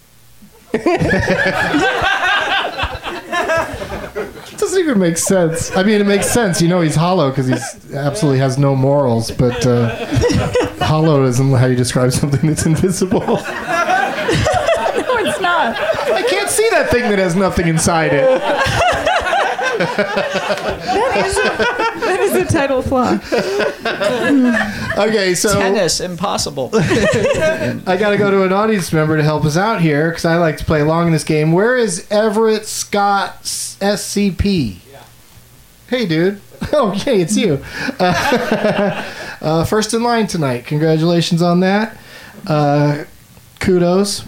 Speaker 3: It doesn't even make sense. I mean, it makes sense. You know, he's hollow because he's absolutely has no morals. But uh, hollow isn't how you describe something that's invisible.
Speaker 6: no, it's not.
Speaker 3: I can't see that thing that has nothing inside it.
Speaker 6: That is a title flaw.
Speaker 3: Okay, so
Speaker 2: tennis impossible.
Speaker 3: I got to go to an audience member to help us out here because I like to play along in this game. Where is Everett Scott S- SCP? Hey, dude. Oh, yay, it's you. Uh, uh, first in line tonight. Congratulations on that. Uh, kudos.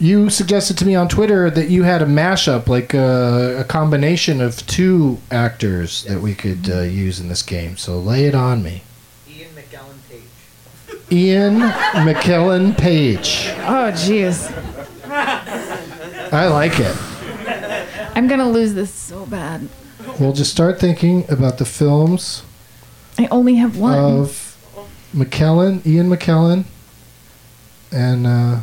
Speaker 3: You suggested to me on Twitter that you had a mashup, like uh, a combination of two actors that we could uh, use in this game. So lay it on me.
Speaker 12: Ian McGowan Page.
Speaker 3: Ian McKellen Page.
Speaker 6: Oh, jeez.
Speaker 3: I like it.
Speaker 6: I'm gonna lose this so bad.
Speaker 3: We'll just start thinking about the films
Speaker 6: I only have one.
Speaker 3: of McKellen, Ian McKellen, and uh,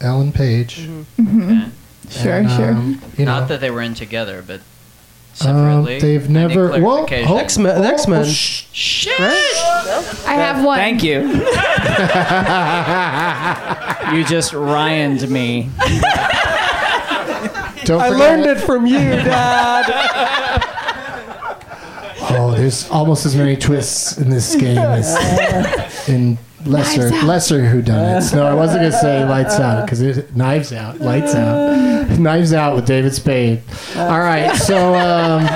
Speaker 3: Alan Page.
Speaker 6: Mhm. Sure,
Speaker 3: And,
Speaker 6: sure.
Speaker 3: um, you know,
Speaker 2: Not that they were in together, but
Speaker 3: um,
Speaker 2: separately.
Speaker 3: they've never. Well, oh,
Speaker 2: clarification. X-Men-
Speaker 8: X-Men.
Speaker 3: sh-
Speaker 2: Shit!
Speaker 6: I have one.
Speaker 2: Thank you. you just Ryaned me.
Speaker 3: Don't
Speaker 8: I
Speaker 3: forget-
Speaker 8: learned it from you, Dad.
Speaker 3: Oh, there's almost as many twists in this game as in lesser
Speaker 10: Knives Out.
Speaker 3: lesser whodunits. No, I wasn't gonna say lights out because it knives out, lights out, knives out with David Spade. All right, so. Um,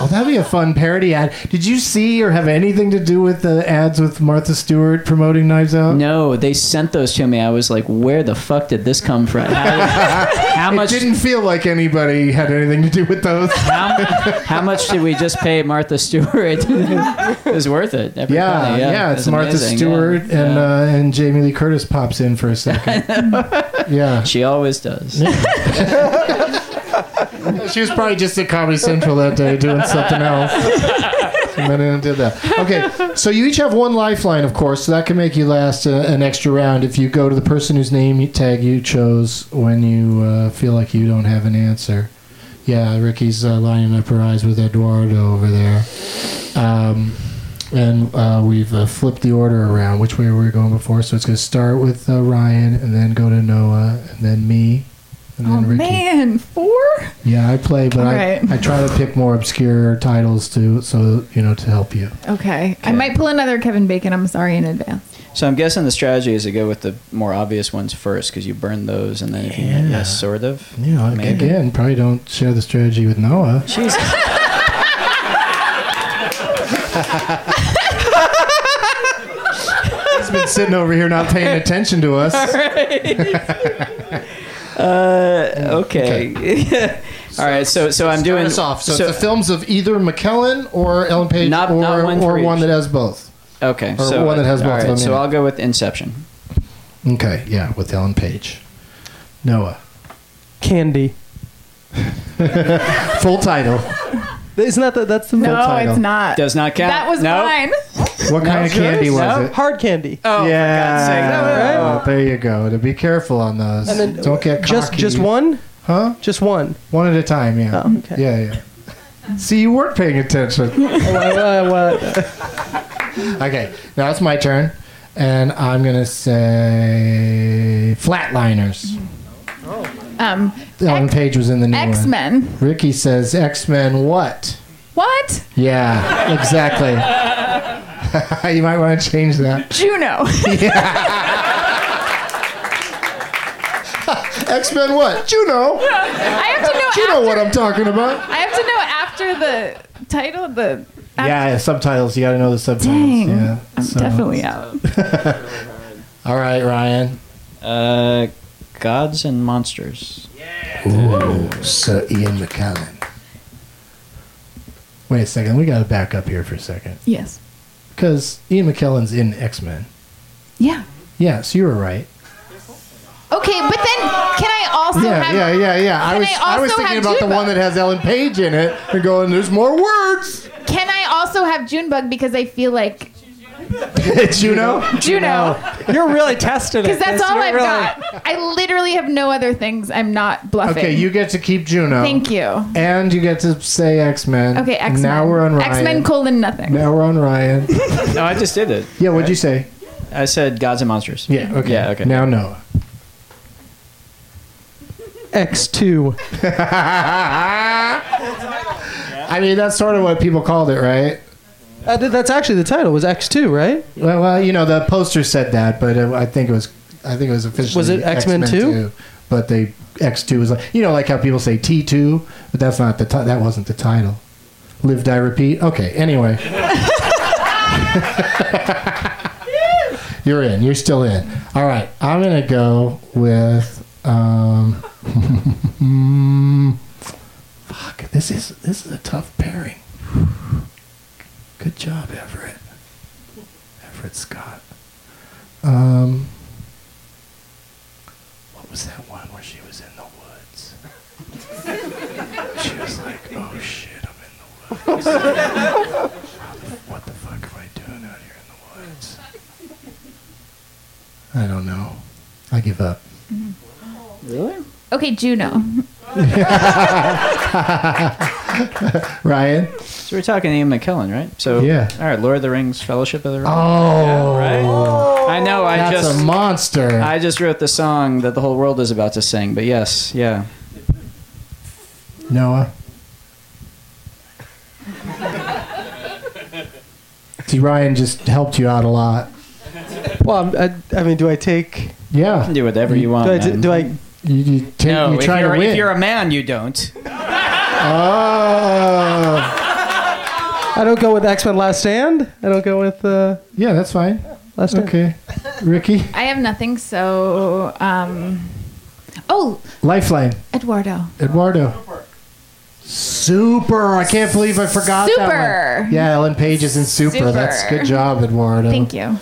Speaker 3: Oh, that'd be a fun parody ad. Did you see or have anything to do with the ads with Martha Stewart promoting Knives Out?
Speaker 2: No, they sent those to me. I was like, where the fuck did this come from? How much?
Speaker 3: It didn't feel like anybody had anything to do with those.
Speaker 2: How much did we just pay Martha Stewart? it was worth it. Every
Speaker 3: Yeah,
Speaker 2: penny,
Speaker 3: yeah,
Speaker 2: it
Speaker 3: it's
Speaker 2: was
Speaker 3: Martha
Speaker 2: amazing, yeah.
Speaker 3: Stewart and uh, and Jamie Lee Curtis pops in for a second. yeah,
Speaker 2: she always does.
Speaker 3: she was probably just at Comedy Central that day doing something else. She might have did that. Okay, so you each have one lifeline, of course, so that can make you last uh, an extra round if you go to the person whose name you- tag you chose when you uh, feel like you don't have an answer. Yeah, Ricky's uh, lining up her eyes with Eduardo over there. Um, and uh, we've uh, flipped the order around, which way we were going before. So it's going to start with uh, Ryan, and then go to Noah, and then me, and then
Speaker 6: Oh
Speaker 3: Ricky.
Speaker 6: man, four.
Speaker 3: Yeah, I play, but I,
Speaker 6: Alright.
Speaker 3: I try to pick more obscure titles to so you know to help you.
Speaker 6: Okay. I might pull another Kevin Bacon. I'm sorry in advance.
Speaker 2: So I'm guessing the strategy is to go with the more obvious ones first because you burn those and then if you get yes, sort of.
Speaker 3: You know,
Speaker 2: Maybe.
Speaker 3: again, probably don't share the strategy with Noah. He's been sitting over here not paying attention to us.
Speaker 2: Uh, okay. All right. So so I'm doing
Speaker 3: us off. So, it's the films of either McKellen or Ellen Page,
Speaker 2: Not-
Speaker 3: or
Speaker 2: not one for
Speaker 3: or one
Speaker 2: each.
Speaker 3: that has both.
Speaker 2: okay.
Speaker 3: or
Speaker 2: so
Speaker 3: one that has
Speaker 2: all
Speaker 3: both of
Speaker 2: right,
Speaker 3: them in
Speaker 2: So
Speaker 3: it.
Speaker 2: I'll go with Inception.
Speaker 3: Okay, yeah, with Ellen Page, Noah,
Speaker 8: Candy.
Speaker 3: full title.
Speaker 8: Isn't that the, that's the
Speaker 6: No,
Speaker 8: full title?
Speaker 6: it's not.
Speaker 2: Does not count.
Speaker 6: That was
Speaker 2: No.
Speaker 6: mine.
Speaker 3: What kind of candy was it?
Speaker 8: Hard candy.
Speaker 2: Oh,
Speaker 3: yeah, Oh, there you go. To be careful on those.
Speaker 8: And then
Speaker 3: Don't get
Speaker 8: just
Speaker 3: cocky.
Speaker 8: just one? Oh,
Speaker 3: Huh?
Speaker 8: Just one.
Speaker 3: One at a time. Yeah. okay. Yeah, yeah. See, you weren't paying attention.
Speaker 8: Oh,
Speaker 3: okay, now it's my turn, and I'm gonna say flatliners.
Speaker 6: Um,
Speaker 3: Ellen Page was in the new one.
Speaker 6: X Men.
Speaker 3: Ricky says X Men. What?
Speaker 6: What?
Speaker 3: Yeah, exactly. you might want to change that.
Speaker 6: Juno.
Speaker 3: X Men. What? Juno.
Speaker 6: I have to know.
Speaker 3: You know what I'm talking about.
Speaker 6: I have to know after the title. The
Speaker 3: Yeah, subtitles. You got to know the subtitles.
Speaker 6: Dang.
Speaker 3: Yeah,
Speaker 6: I'm definitely out.
Speaker 3: All right, Ryan.
Speaker 2: Uh, Gods and Monsters.
Speaker 3: Ooh, Sir Ian McKellen. Wait a second. We got to back up here for a second
Speaker 6: yes.
Speaker 3: because Ian McKellen's in X Men.
Speaker 6: Yeah.
Speaker 3: Yeah, so you were right.
Speaker 6: Okay, but then can I also
Speaker 3: yeah,
Speaker 6: have?
Speaker 3: yeah, yeah, yeah. I
Speaker 6: can
Speaker 3: was I, was
Speaker 6: also
Speaker 3: thinking
Speaker 6: have
Speaker 3: about the
Speaker 6: Junebug?
Speaker 3: one that has Ellen Page in it and going, "There's more words."
Speaker 6: Can I also have Junebug because I feel like
Speaker 3: Juno.
Speaker 6: Juno.
Speaker 8: You're really testing it.
Speaker 6: because that's
Speaker 8: Chris.
Speaker 6: all
Speaker 8: You're
Speaker 6: I've
Speaker 8: really-
Speaker 6: got. I literally have no other things. I'm not bluffing.
Speaker 3: Okay, you get to keep Juno.
Speaker 6: Thank you.
Speaker 3: And you get to say X Men.
Speaker 6: Okay, X Men.
Speaker 3: Now we're on Ryan.
Speaker 6: X Men colon nothing.
Speaker 3: Now we're on Ryan.
Speaker 2: no, I just did it.
Speaker 3: Yeah, what'd you say?
Speaker 2: I said Gods and Monsters.
Speaker 3: Yeah. Okay.
Speaker 2: Yeah. Okay.
Speaker 3: Now Noah.
Speaker 8: X2.
Speaker 3: I mean, that's sort of what people called it, right?
Speaker 8: Uh, th- that's actually the title was X2, right?
Speaker 3: Well, well you know, the poster said that, but uh, I think it was, I think it was officially
Speaker 8: Was it X-Men 2?
Speaker 3: But they X two was like, you know, like how people say T two, but that's not the ti- that wasn't the title. Live, die, repeat. Okay. Anyway, you're in. You're still in. All right. I'm gonna go with. Um, fuck. This is this is a tough pairing. Good job, Everett. Everett Scott. Um, what was that one where she was in the woods? she was like, "Oh shit, I'm in the woods. How the- what the fuck am I doing out here in the woods?" I don't know. I give up.
Speaker 2: Really?
Speaker 6: Okay, Juno.
Speaker 3: Ryan.
Speaker 2: So we're talking Ian McKellen, right? So
Speaker 3: Yeah.
Speaker 2: All right, Lord of the Rings, Fellowship of the Ring.
Speaker 3: Oh.
Speaker 2: Yeah, right. I know. I
Speaker 3: That's
Speaker 2: just
Speaker 3: a monster.
Speaker 2: I just wrote the song that the whole world is about to sing. But yes, yeah.
Speaker 3: Noah. safety. Ryan just helped you out a lot.
Speaker 8: Well, I'm, I, I mean, do I take?
Speaker 3: Yeah,
Speaker 2: You can do whatever you want.
Speaker 8: do I? t-
Speaker 2: man.
Speaker 8: do I?
Speaker 3: You, you take?
Speaker 2: No,
Speaker 8: you
Speaker 2: if
Speaker 8: try to
Speaker 2: you're- if
Speaker 8: win.
Speaker 13: you're a man, you don't.
Speaker 3: Oh.
Speaker 8: I don't go with X Men Last Stand. I don't go with. Uh,
Speaker 3: yeah, that's fine.
Speaker 8: Last Stand.
Speaker 3: Okay, Ricky.
Speaker 6: I have nothing, so um, oh,
Speaker 3: Lifeline.
Speaker 6: Eduardo.
Speaker 3: Eduardo. Super. I can't believe I forgot that
Speaker 6: Super.
Speaker 3: one. Yeah, Ellen Page is in Super.
Speaker 6: Super.
Speaker 3: That's good job, Eduardo.
Speaker 6: Thank you.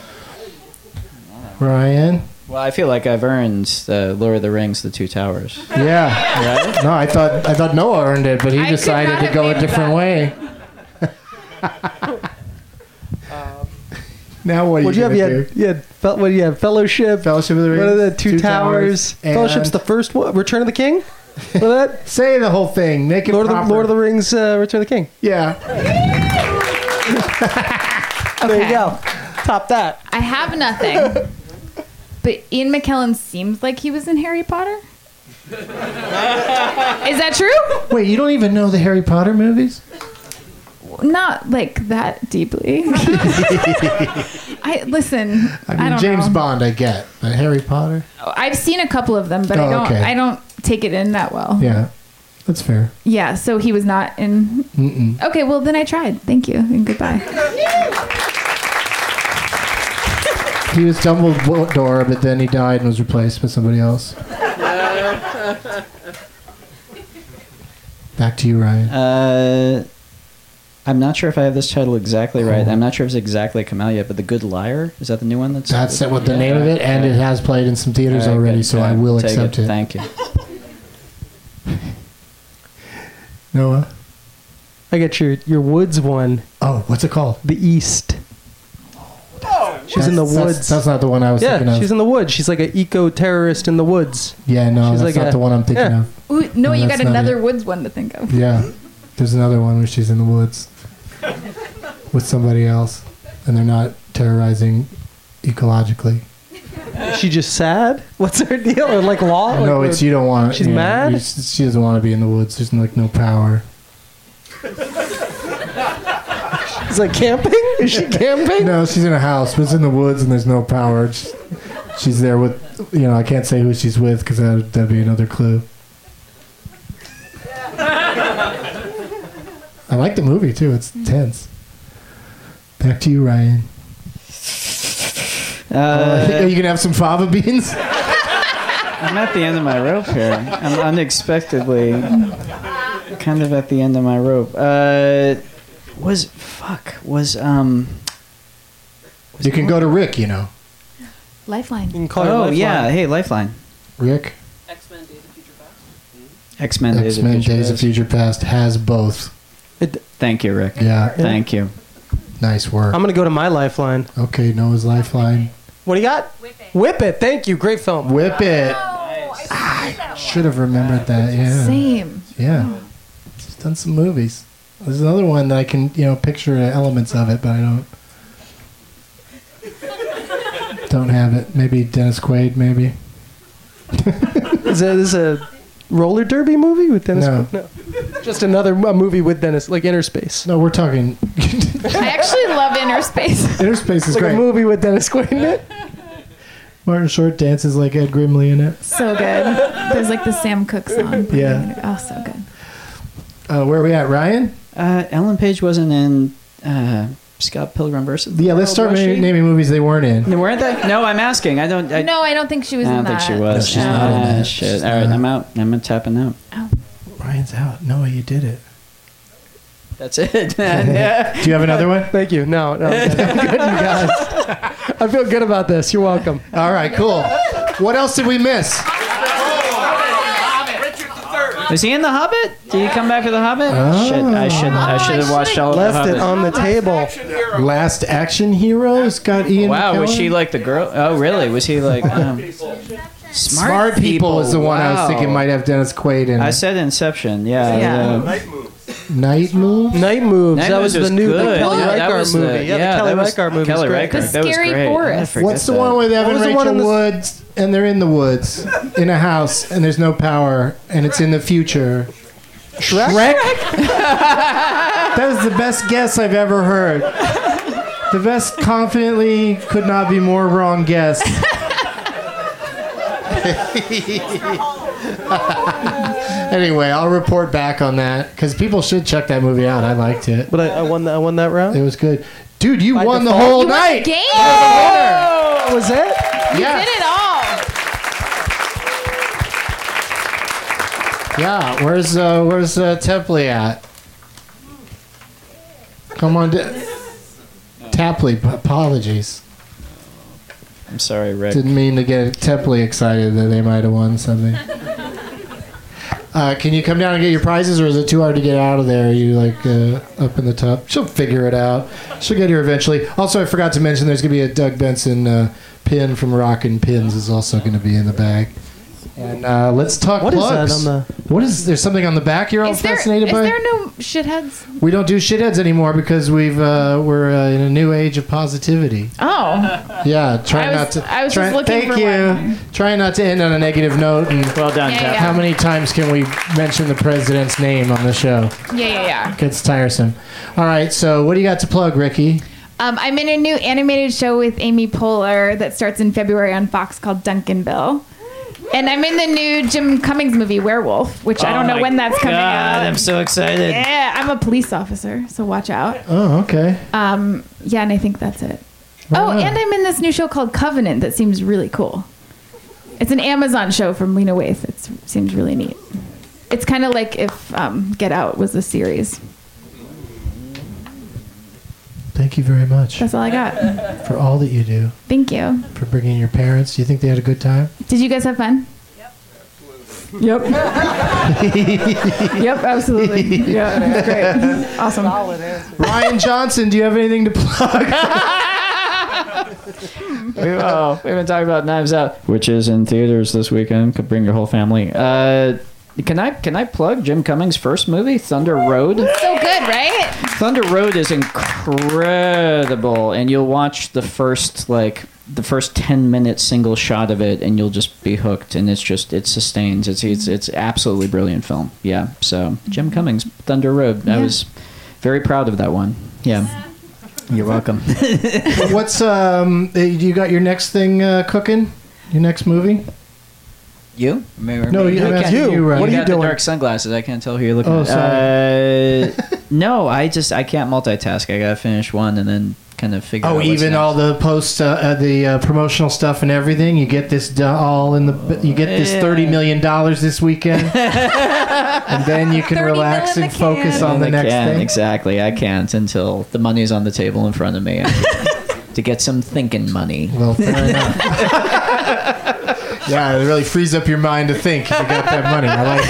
Speaker 3: Ryan.
Speaker 2: Well, I feel like I've earned the Lord of the Rings, the Two Towers.
Speaker 3: Yeah. No, I thought I thought Noah earned it, but he
Speaker 2: I could not
Speaker 3: decided to
Speaker 2: have
Speaker 3: go a
Speaker 2: made
Speaker 3: different
Speaker 2: that.
Speaker 3: way.
Speaker 2: Um,
Speaker 3: now what? Are
Speaker 8: what do
Speaker 3: you
Speaker 8: you have?
Speaker 3: gonna
Speaker 8: You
Speaker 3: do?
Speaker 8: had, you had fel- what do you have? Fellowship.
Speaker 3: Fellowship of the
Speaker 8: What are the
Speaker 3: Rings,
Speaker 8: two,
Speaker 3: Two
Speaker 8: towers?
Speaker 3: Towers,
Speaker 8: Fellowship's
Speaker 3: and-
Speaker 8: the first one. Return of the King. What are that?
Speaker 3: Say the whole thing. Make it
Speaker 8: Lord of
Speaker 3: proper.
Speaker 8: the Lord of the Rings. Uh, Return of the King.
Speaker 3: Yeah.
Speaker 8: There you go. Top that.
Speaker 6: I have nothing. but Ian McKellen seems like he was in Harry Potter. Is that true?
Speaker 3: Wait, you don't even know the Harry Potter movies?
Speaker 6: Not like that deeply. I listen.
Speaker 3: I
Speaker 6: I,
Speaker 3: mean,
Speaker 6: don't
Speaker 3: James
Speaker 6: know.
Speaker 3: Bond, I get, but Harry Potter.
Speaker 6: I've seen a couple of them, but
Speaker 3: Oh,
Speaker 6: I don't.
Speaker 3: okay.
Speaker 6: I don't take it in that well.
Speaker 3: Yeah, that's fair.
Speaker 6: Yeah. So he was not in.
Speaker 3: Mm-mm.
Speaker 6: Okay. Well, then I tried. Thank you and goodbye.
Speaker 3: He was Dumbledore, but then he died and was replaced by somebody else. Back to you, Ryan.
Speaker 2: Uh, I'm not sure if I have this title exactly right. I'm not sure if it's exactly come out yet, but The Good Liar is that the new one? That's
Speaker 3: That's it with the
Speaker 2: Yeah.
Speaker 3: name of it, and it has played in some theaters
Speaker 2: All right,
Speaker 3: already,
Speaker 2: good.
Speaker 3: so
Speaker 2: Yeah,
Speaker 3: I will
Speaker 2: take
Speaker 3: accept it.
Speaker 2: Thank you.
Speaker 3: Noah,
Speaker 8: I got your your woods one.
Speaker 3: Oh, what's it called?
Speaker 8: The East. She's in the
Speaker 3: That's- that's-
Speaker 8: woods.
Speaker 3: that's not the one I was
Speaker 8: yeah,
Speaker 3: thinking of.
Speaker 8: she's in the woods. She's like an eco terrorist in the woods.
Speaker 3: Yeah, no,
Speaker 8: She's
Speaker 3: that's
Speaker 8: like
Speaker 3: not
Speaker 8: a-
Speaker 3: the one I'm thinking
Speaker 8: yeah.
Speaker 3: of.
Speaker 6: Ooh, no,
Speaker 3: No,
Speaker 6: you
Speaker 3: that's
Speaker 6: got
Speaker 3: not
Speaker 6: another Woods one to think of.
Speaker 3: Yeah, there's another one where she's in the woods with somebody else, and they're not terrorizing ecologically.
Speaker 8: Is she just sad? What's her deal? Or like law?
Speaker 3: no,
Speaker 8: Like,
Speaker 3: it's you don't want.
Speaker 8: She's
Speaker 3: yeah,
Speaker 8: mad.
Speaker 3: you- She doesn't want to be in the woods. There's like no power.
Speaker 8: She's like camping. Is she camping?
Speaker 3: no, she's in a house, but it's in the woods and there's no power. It's- She's there with, you know, I can't say who she's with because that, that'd be another clue. I like the movie too. It's tense. Back to you, Ryan. Uh, you can have some fava beans.
Speaker 2: I'm at the end of my rope here. I'm unexpectedly kind of at the end of my rope. Uh, was fuck was um.
Speaker 3: You can go to Rick. You know,
Speaker 6: Lifeline. You
Speaker 8: can
Speaker 3: call her
Speaker 2: oh
Speaker 3: Lifeline.
Speaker 2: yeah, hey Lifeline.
Speaker 3: Rick.
Speaker 2: X Men Days
Speaker 3: X
Speaker 2: of
Speaker 3: Men
Speaker 2: Future
Speaker 3: Days of
Speaker 2: Past.
Speaker 3: Future Past has both.
Speaker 2: Thank you, Rick.
Speaker 3: Yeah.
Speaker 2: Thank you.
Speaker 3: Nice work.
Speaker 8: I'm gonna go to my lifeline.
Speaker 3: Okay, Noah's lifeline.
Speaker 8: What do you got? Whip it. Oh, Thank you. Great film.
Speaker 3: Whip it. Ah, Should have remembered that. Yeah.
Speaker 6: Same.
Speaker 3: Yeah. She's done some movies. There's another one that I can, you know, picture elements of it, but I don't. Don't have it. Maybe Dennis Quaid. Maybe.
Speaker 8: Is that is a roller derby movie with Dennis?
Speaker 3: No.
Speaker 8: Quaid? no. Just another a movie with Dennis, like Inner Space.
Speaker 3: No, we're talking.
Speaker 6: I actually love Inner Space.
Speaker 3: Interspace is
Speaker 8: like
Speaker 3: great.
Speaker 8: a movie with Dennis Quaid in it.
Speaker 3: Martin Short dances like Ed Grimley in it.
Speaker 6: So good. There's like the Sam Cooke song.
Speaker 3: Yeah.
Speaker 6: Oh, so good.
Speaker 3: Uh, where are we at, Ryan?
Speaker 2: Uh, Ellen Page wasn't in uh, Scott Pilgrim versus. the
Speaker 3: Yeah, let's
Speaker 8: Oh,
Speaker 2: World,
Speaker 3: start
Speaker 2: was
Speaker 3: naming,
Speaker 2: she?
Speaker 3: naming movies they weren't in.
Speaker 2: No, weren't they? No, I'm asking. I don't. I,
Speaker 6: no, I don't think she was
Speaker 2: I
Speaker 6: in
Speaker 2: don't
Speaker 6: that.
Speaker 2: think she was.
Speaker 3: she's not in
Speaker 2: Ah,
Speaker 3: that.
Speaker 2: shit.
Speaker 3: She's
Speaker 2: All right,
Speaker 3: not.
Speaker 2: I'm out. I'm tapping out.
Speaker 3: Ryan's out. Noah, you did it.
Speaker 2: That's it.
Speaker 3: Do you have another one?
Speaker 8: Thank you. No, no. I'm good, I'm good, you guys. I feel good about this. You're welcome.
Speaker 3: All right, cool. What else did we miss?
Speaker 2: Was he in The Hobbit? Did he come back for The Hobbit? Shit, I should. Oh, I should have watched all of The
Speaker 8: Left
Speaker 2: Hobbit.
Speaker 8: it on the table.
Speaker 3: Last Action Heroes got Ian.
Speaker 2: Wow, was
Speaker 3: McKellen?
Speaker 2: she like the girl? Oh, really? Was he like um, smart,
Speaker 3: Smart People was the one I was thinking
Speaker 2: Wow.
Speaker 3: might have Dennis Quaid in
Speaker 2: I
Speaker 3: it.
Speaker 2: said Inception. Yeah.
Speaker 3: Yeah.
Speaker 2: the-
Speaker 3: Night Moves.
Speaker 8: Night Moves.
Speaker 2: Night
Speaker 8: that
Speaker 2: Moves
Speaker 8: was,
Speaker 2: was
Speaker 8: the new the
Speaker 2: good.
Speaker 8: Kelly
Speaker 2: Yeah, that
Speaker 8: Reichardt
Speaker 2: was the-
Speaker 8: movie. yeah,
Speaker 2: yeah,
Speaker 8: the Kelly
Speaker 2: that was-
Speaker 8: Reichardt movie.
Speaker 2: Kelly
Speaker 8: was great.
Speaker 2: Reichardt, The that was Scary great. Forest. I forget
Speaker 3: What's the one where they have
Speaker 8: What was the
Speaker 3: Rachel
Speaker 8: one in the-
Speaker 3: Woods and they're in the woods in a house and there's no power and it's in the future? Shrek. that is the best guess I've ever heard. The vest confidently could not be more wrong guess. anyway, I'll report back on that because people should check that movie out. I liked it. But I, I won that. I won that round. It was good, dude. You won the
Speaker 8: default.
Speaker 3: whole
Speaker 8: You won the
Speaker 3: night.
Speaker 8: game. Oh.
Speaker 3: That was it.
Speaker 6: You did it all.
Speaker 3: Yeah, where's uh, where's uh, Tepley at? Come on, da- Tapley. p- Apologies.
Speaker 2: I'm sorry, Rick.
Speaker 3: Didn't mean to get Tepley excited that they might have won something. Uh, can you come down and get your prizes, or is it too hard to get out of there? Are you like uh, up in the top? She'll figure it out. She'll get here eventually. Also, I forgot to mention there's gonna be a Doug Benson uh, pin from Rockin' Pins is also gonna be in the bag. And uh, let's talk
Speaker 8: What is that
Speaker 3: plugs.
Speaker 8: on the-
Speaker 3: What is there's something on the back you're all
Speaker 6: Is there, is
Speaker 3: fascinated by?
Speaker 6: there no shitheads?
Speaker 3: We don't do shitheads anymore because we've uh, we're uh, in a new age of positivity.
Speaker 6: Oh.
Speaker 3: Yeah, try
Speaker 6: I was-
Speaker 3: not to.
Speaker 6: I was
Speaker 3: try,
Speaker 6: just looking
Speaker 3: Thank
Speaker 6: for
Speaker 3: you. Try not to end on a negative note. And well
Speaker 2: done,
Speaker 6: Yeah, Jeff. yeah.
Speaker 3: How many times can we mention the president's name on the show?
Speaker 6: Yeah, yeah, yeah.
Speaker 3: Gets tiresome. All right, so what do you got to plug, Ricky?
Speaker 6: Um, I'm in a new animated show with Amy Poehler that starts in February on Fox called Duncanville. And I'm in the new Jim Cummings movie, Werewolf, which I
Speaker 2: Oh
Speaker 6: don't know
Speaker 2: my
Speaker 6: when that's coming
Speaker 2: God,
Speaker 6: out.
Speaker 2: I'm so excited.
Speaker 6: Yeah, Eh, I'm a police officer, so watch out.
Speaker 3: Oh, okay.
Speaker 6: Um, yeah, and I think that's it.
Speaker 3: Wow.
Speaker 6: Oh, and I'm in this new show called Covenant that seems really cool. It's an Amazon show from Lena Waithe. It seems really neat. It's kind of like if um, Get Out was a series.
Speaker 3: Thank you very much
Speaker 6: That's all I got.
Speaker 3: for all that you do
Speaker 6: Thank you.
Speaker 3: for bringing your parents. Do you think they had a good time?
Speaker 6: Did you guys have fun? Yep. yep, absolutely. Yeah, great. Awesome.
Speaker 3: Ryan Johnson, do you have anything to plug?
Speaker 2: we, oh, we've been talking about Knives Out, which is in theaters this weekend. Could bring your whole family. Uh, can I can I plug Jim Cummings' first movie, Thunder Road?
Speaker 6: So good, right?
Speaker 2: Thunder Road is incredible, and you'll watch the first like the first ten minute single shot of it, and you'll just be hooked. And it's just it sustains. It's it's it's absolutely brilliant film. Yeah. So Jim Cummings, Thunder Road. I
Speaker 3: Yeah.
Speaker 2: was very proud of that one. Yeah. You're welcome.
Speaker 3: What's um? eh, You got your next thing uh, cooking? Your next movie?
Speaker 2: You?
Speaker 3: No, you- I'm asking you, Ryan. What are you
Speaker 2: got the
Speaker 3: doing?
Speaker 2: Dark sunglasses. I can't tell who you're looking
Speaker 3: Oh,
Speaker 2: at. Uh, no, I just I can't multitask. I gotta finish one and then kind of figure. out
Speaker 3: Oh,
Speaker 2: what's
Speaker 3: even
Speaker 2: next.
Speaker 3: all the post, uh, uh, the uh, promotional stuff and everything. You get this do- all in the. You get this
Speaker 2: Yeah.
Speaker 3: thirty million dollars this weekend, and then you can relax and focus on the
Speaker 2: I
Speaker 3: next
Speaker 2: can't,
Speaker 3: thing.
Speaker 2: Exactly. I can't until the money's on the table in front of me. I need to get some thinking money.
Speaker 3: Well, fair enough. Yeah, it really frees up your mind to think. If you got that money. I like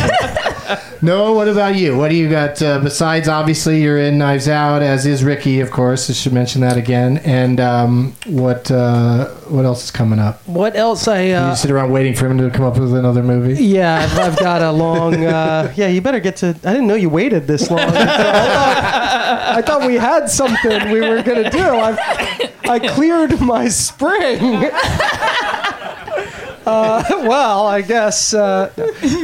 Speaker 3: it. Noah, what about you? What do you got uh, besides? Obviously, you're in Knives Out, as is Ricky, of course. I should mention that again. And um, what uh, what else is coming up?
Speaker 8: What else? I
Speaker 3: you
Speaker 8: uh,
Speaker 3: just sit around waiting for him to come up with another movie.
Speaker 8: yeah, I've, I've got a long. Uh, yeah, you better get to. I didn't know you waited this long. I thought, I thought we had something we were gonna do. I've, I cleared my spring. Uh, well, I guess uh,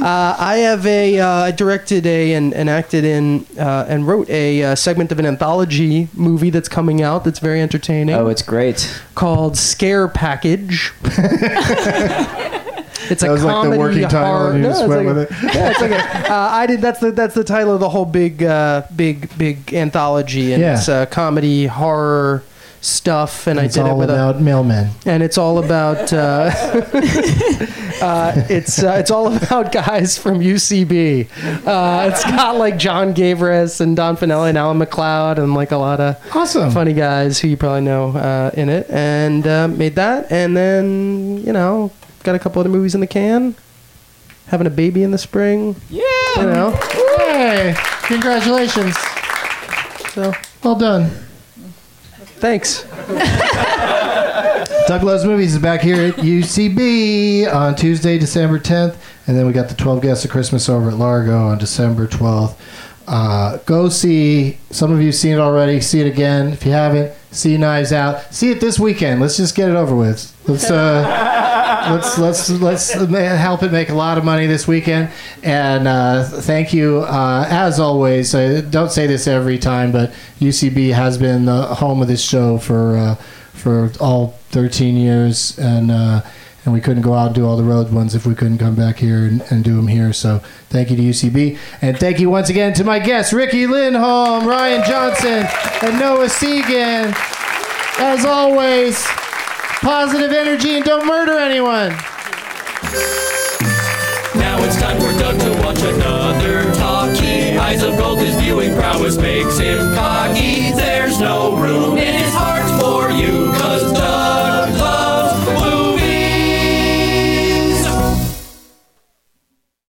Speaker 8: uh, I have a uh, I directed a and, and acted in uh, and wrote a uh, segment of an anthology movie that's coming out that's very entertaining.
Speaker 2: Oh, it's great.
Speaker 8: Called Scare Package. It's
Speaker 3: That
Speaker 8: a
Speaker 3: was like the
Speaker 8: comedy
Speaker 3: working title,
Speaker 8: horror-
Speaker 3: and you just
Speaker 8: it's
Speaker 3: went
Speaker 8: like
Speaker 3: with
Speaker 8: a- Yeah, it's like a, uh, I did. That's the that's the title of the whole big uh, big big anthology, and
Speaker 3: Yeah.
Speaker 8: it's uh, comedy horror stuff. And
Speaker 3: it's
Speaker 8: I did
Speaker 3: all
Speaker 8: it with a-
Speaker 3: about mailmen.
Speaker 8: and it's all about uh, uh, it's uh, it's all about guys from UCB. Uh, it's got like John Gavris and Don Finelli and Alan McLeod and like a lot of
Speaker 3: awesome
Speaker 8: funny guys who you probably know uh, in it. And uh, made that, and then you know got a couple other movies in the can. Having a baby in the spring. Yeah. You know.
Speaker 3: Hey, congratulations.
Speaker 8: So
Speaker 3: well done.
Speaker 8: Thanks.
Speaker 3: Doug Loves Movies is back here at UCB on Tuesday, December 10th. And then we got the 12 Guests of Christmas over at Largo on December 12th. Uh, go see. Some of you seen it already. See it again if you haven't. See Knives Out. See it this weekend. Let's just get it over with. Let's uh, let's let's let's ma- help it make a lot of money this weekend. And uh, thank you uh, as always. I don't say this every time, but UCB has been the home of this show for uh, for all 13 years, and uh, and we couldn't go out and do all the road ones if we couldn't come back here and, and do them here. So thank you to UCB, and thank you once again to my guests Ricky Lindholm, Ryan Johnson, and Noah Segan. As always, positive energy and don't murder anyone.
Speaker 2: Now it's time for Doug to watch another talkie. Eyes of gold, his viewing prowess makes him cocky. There's no room in his heart.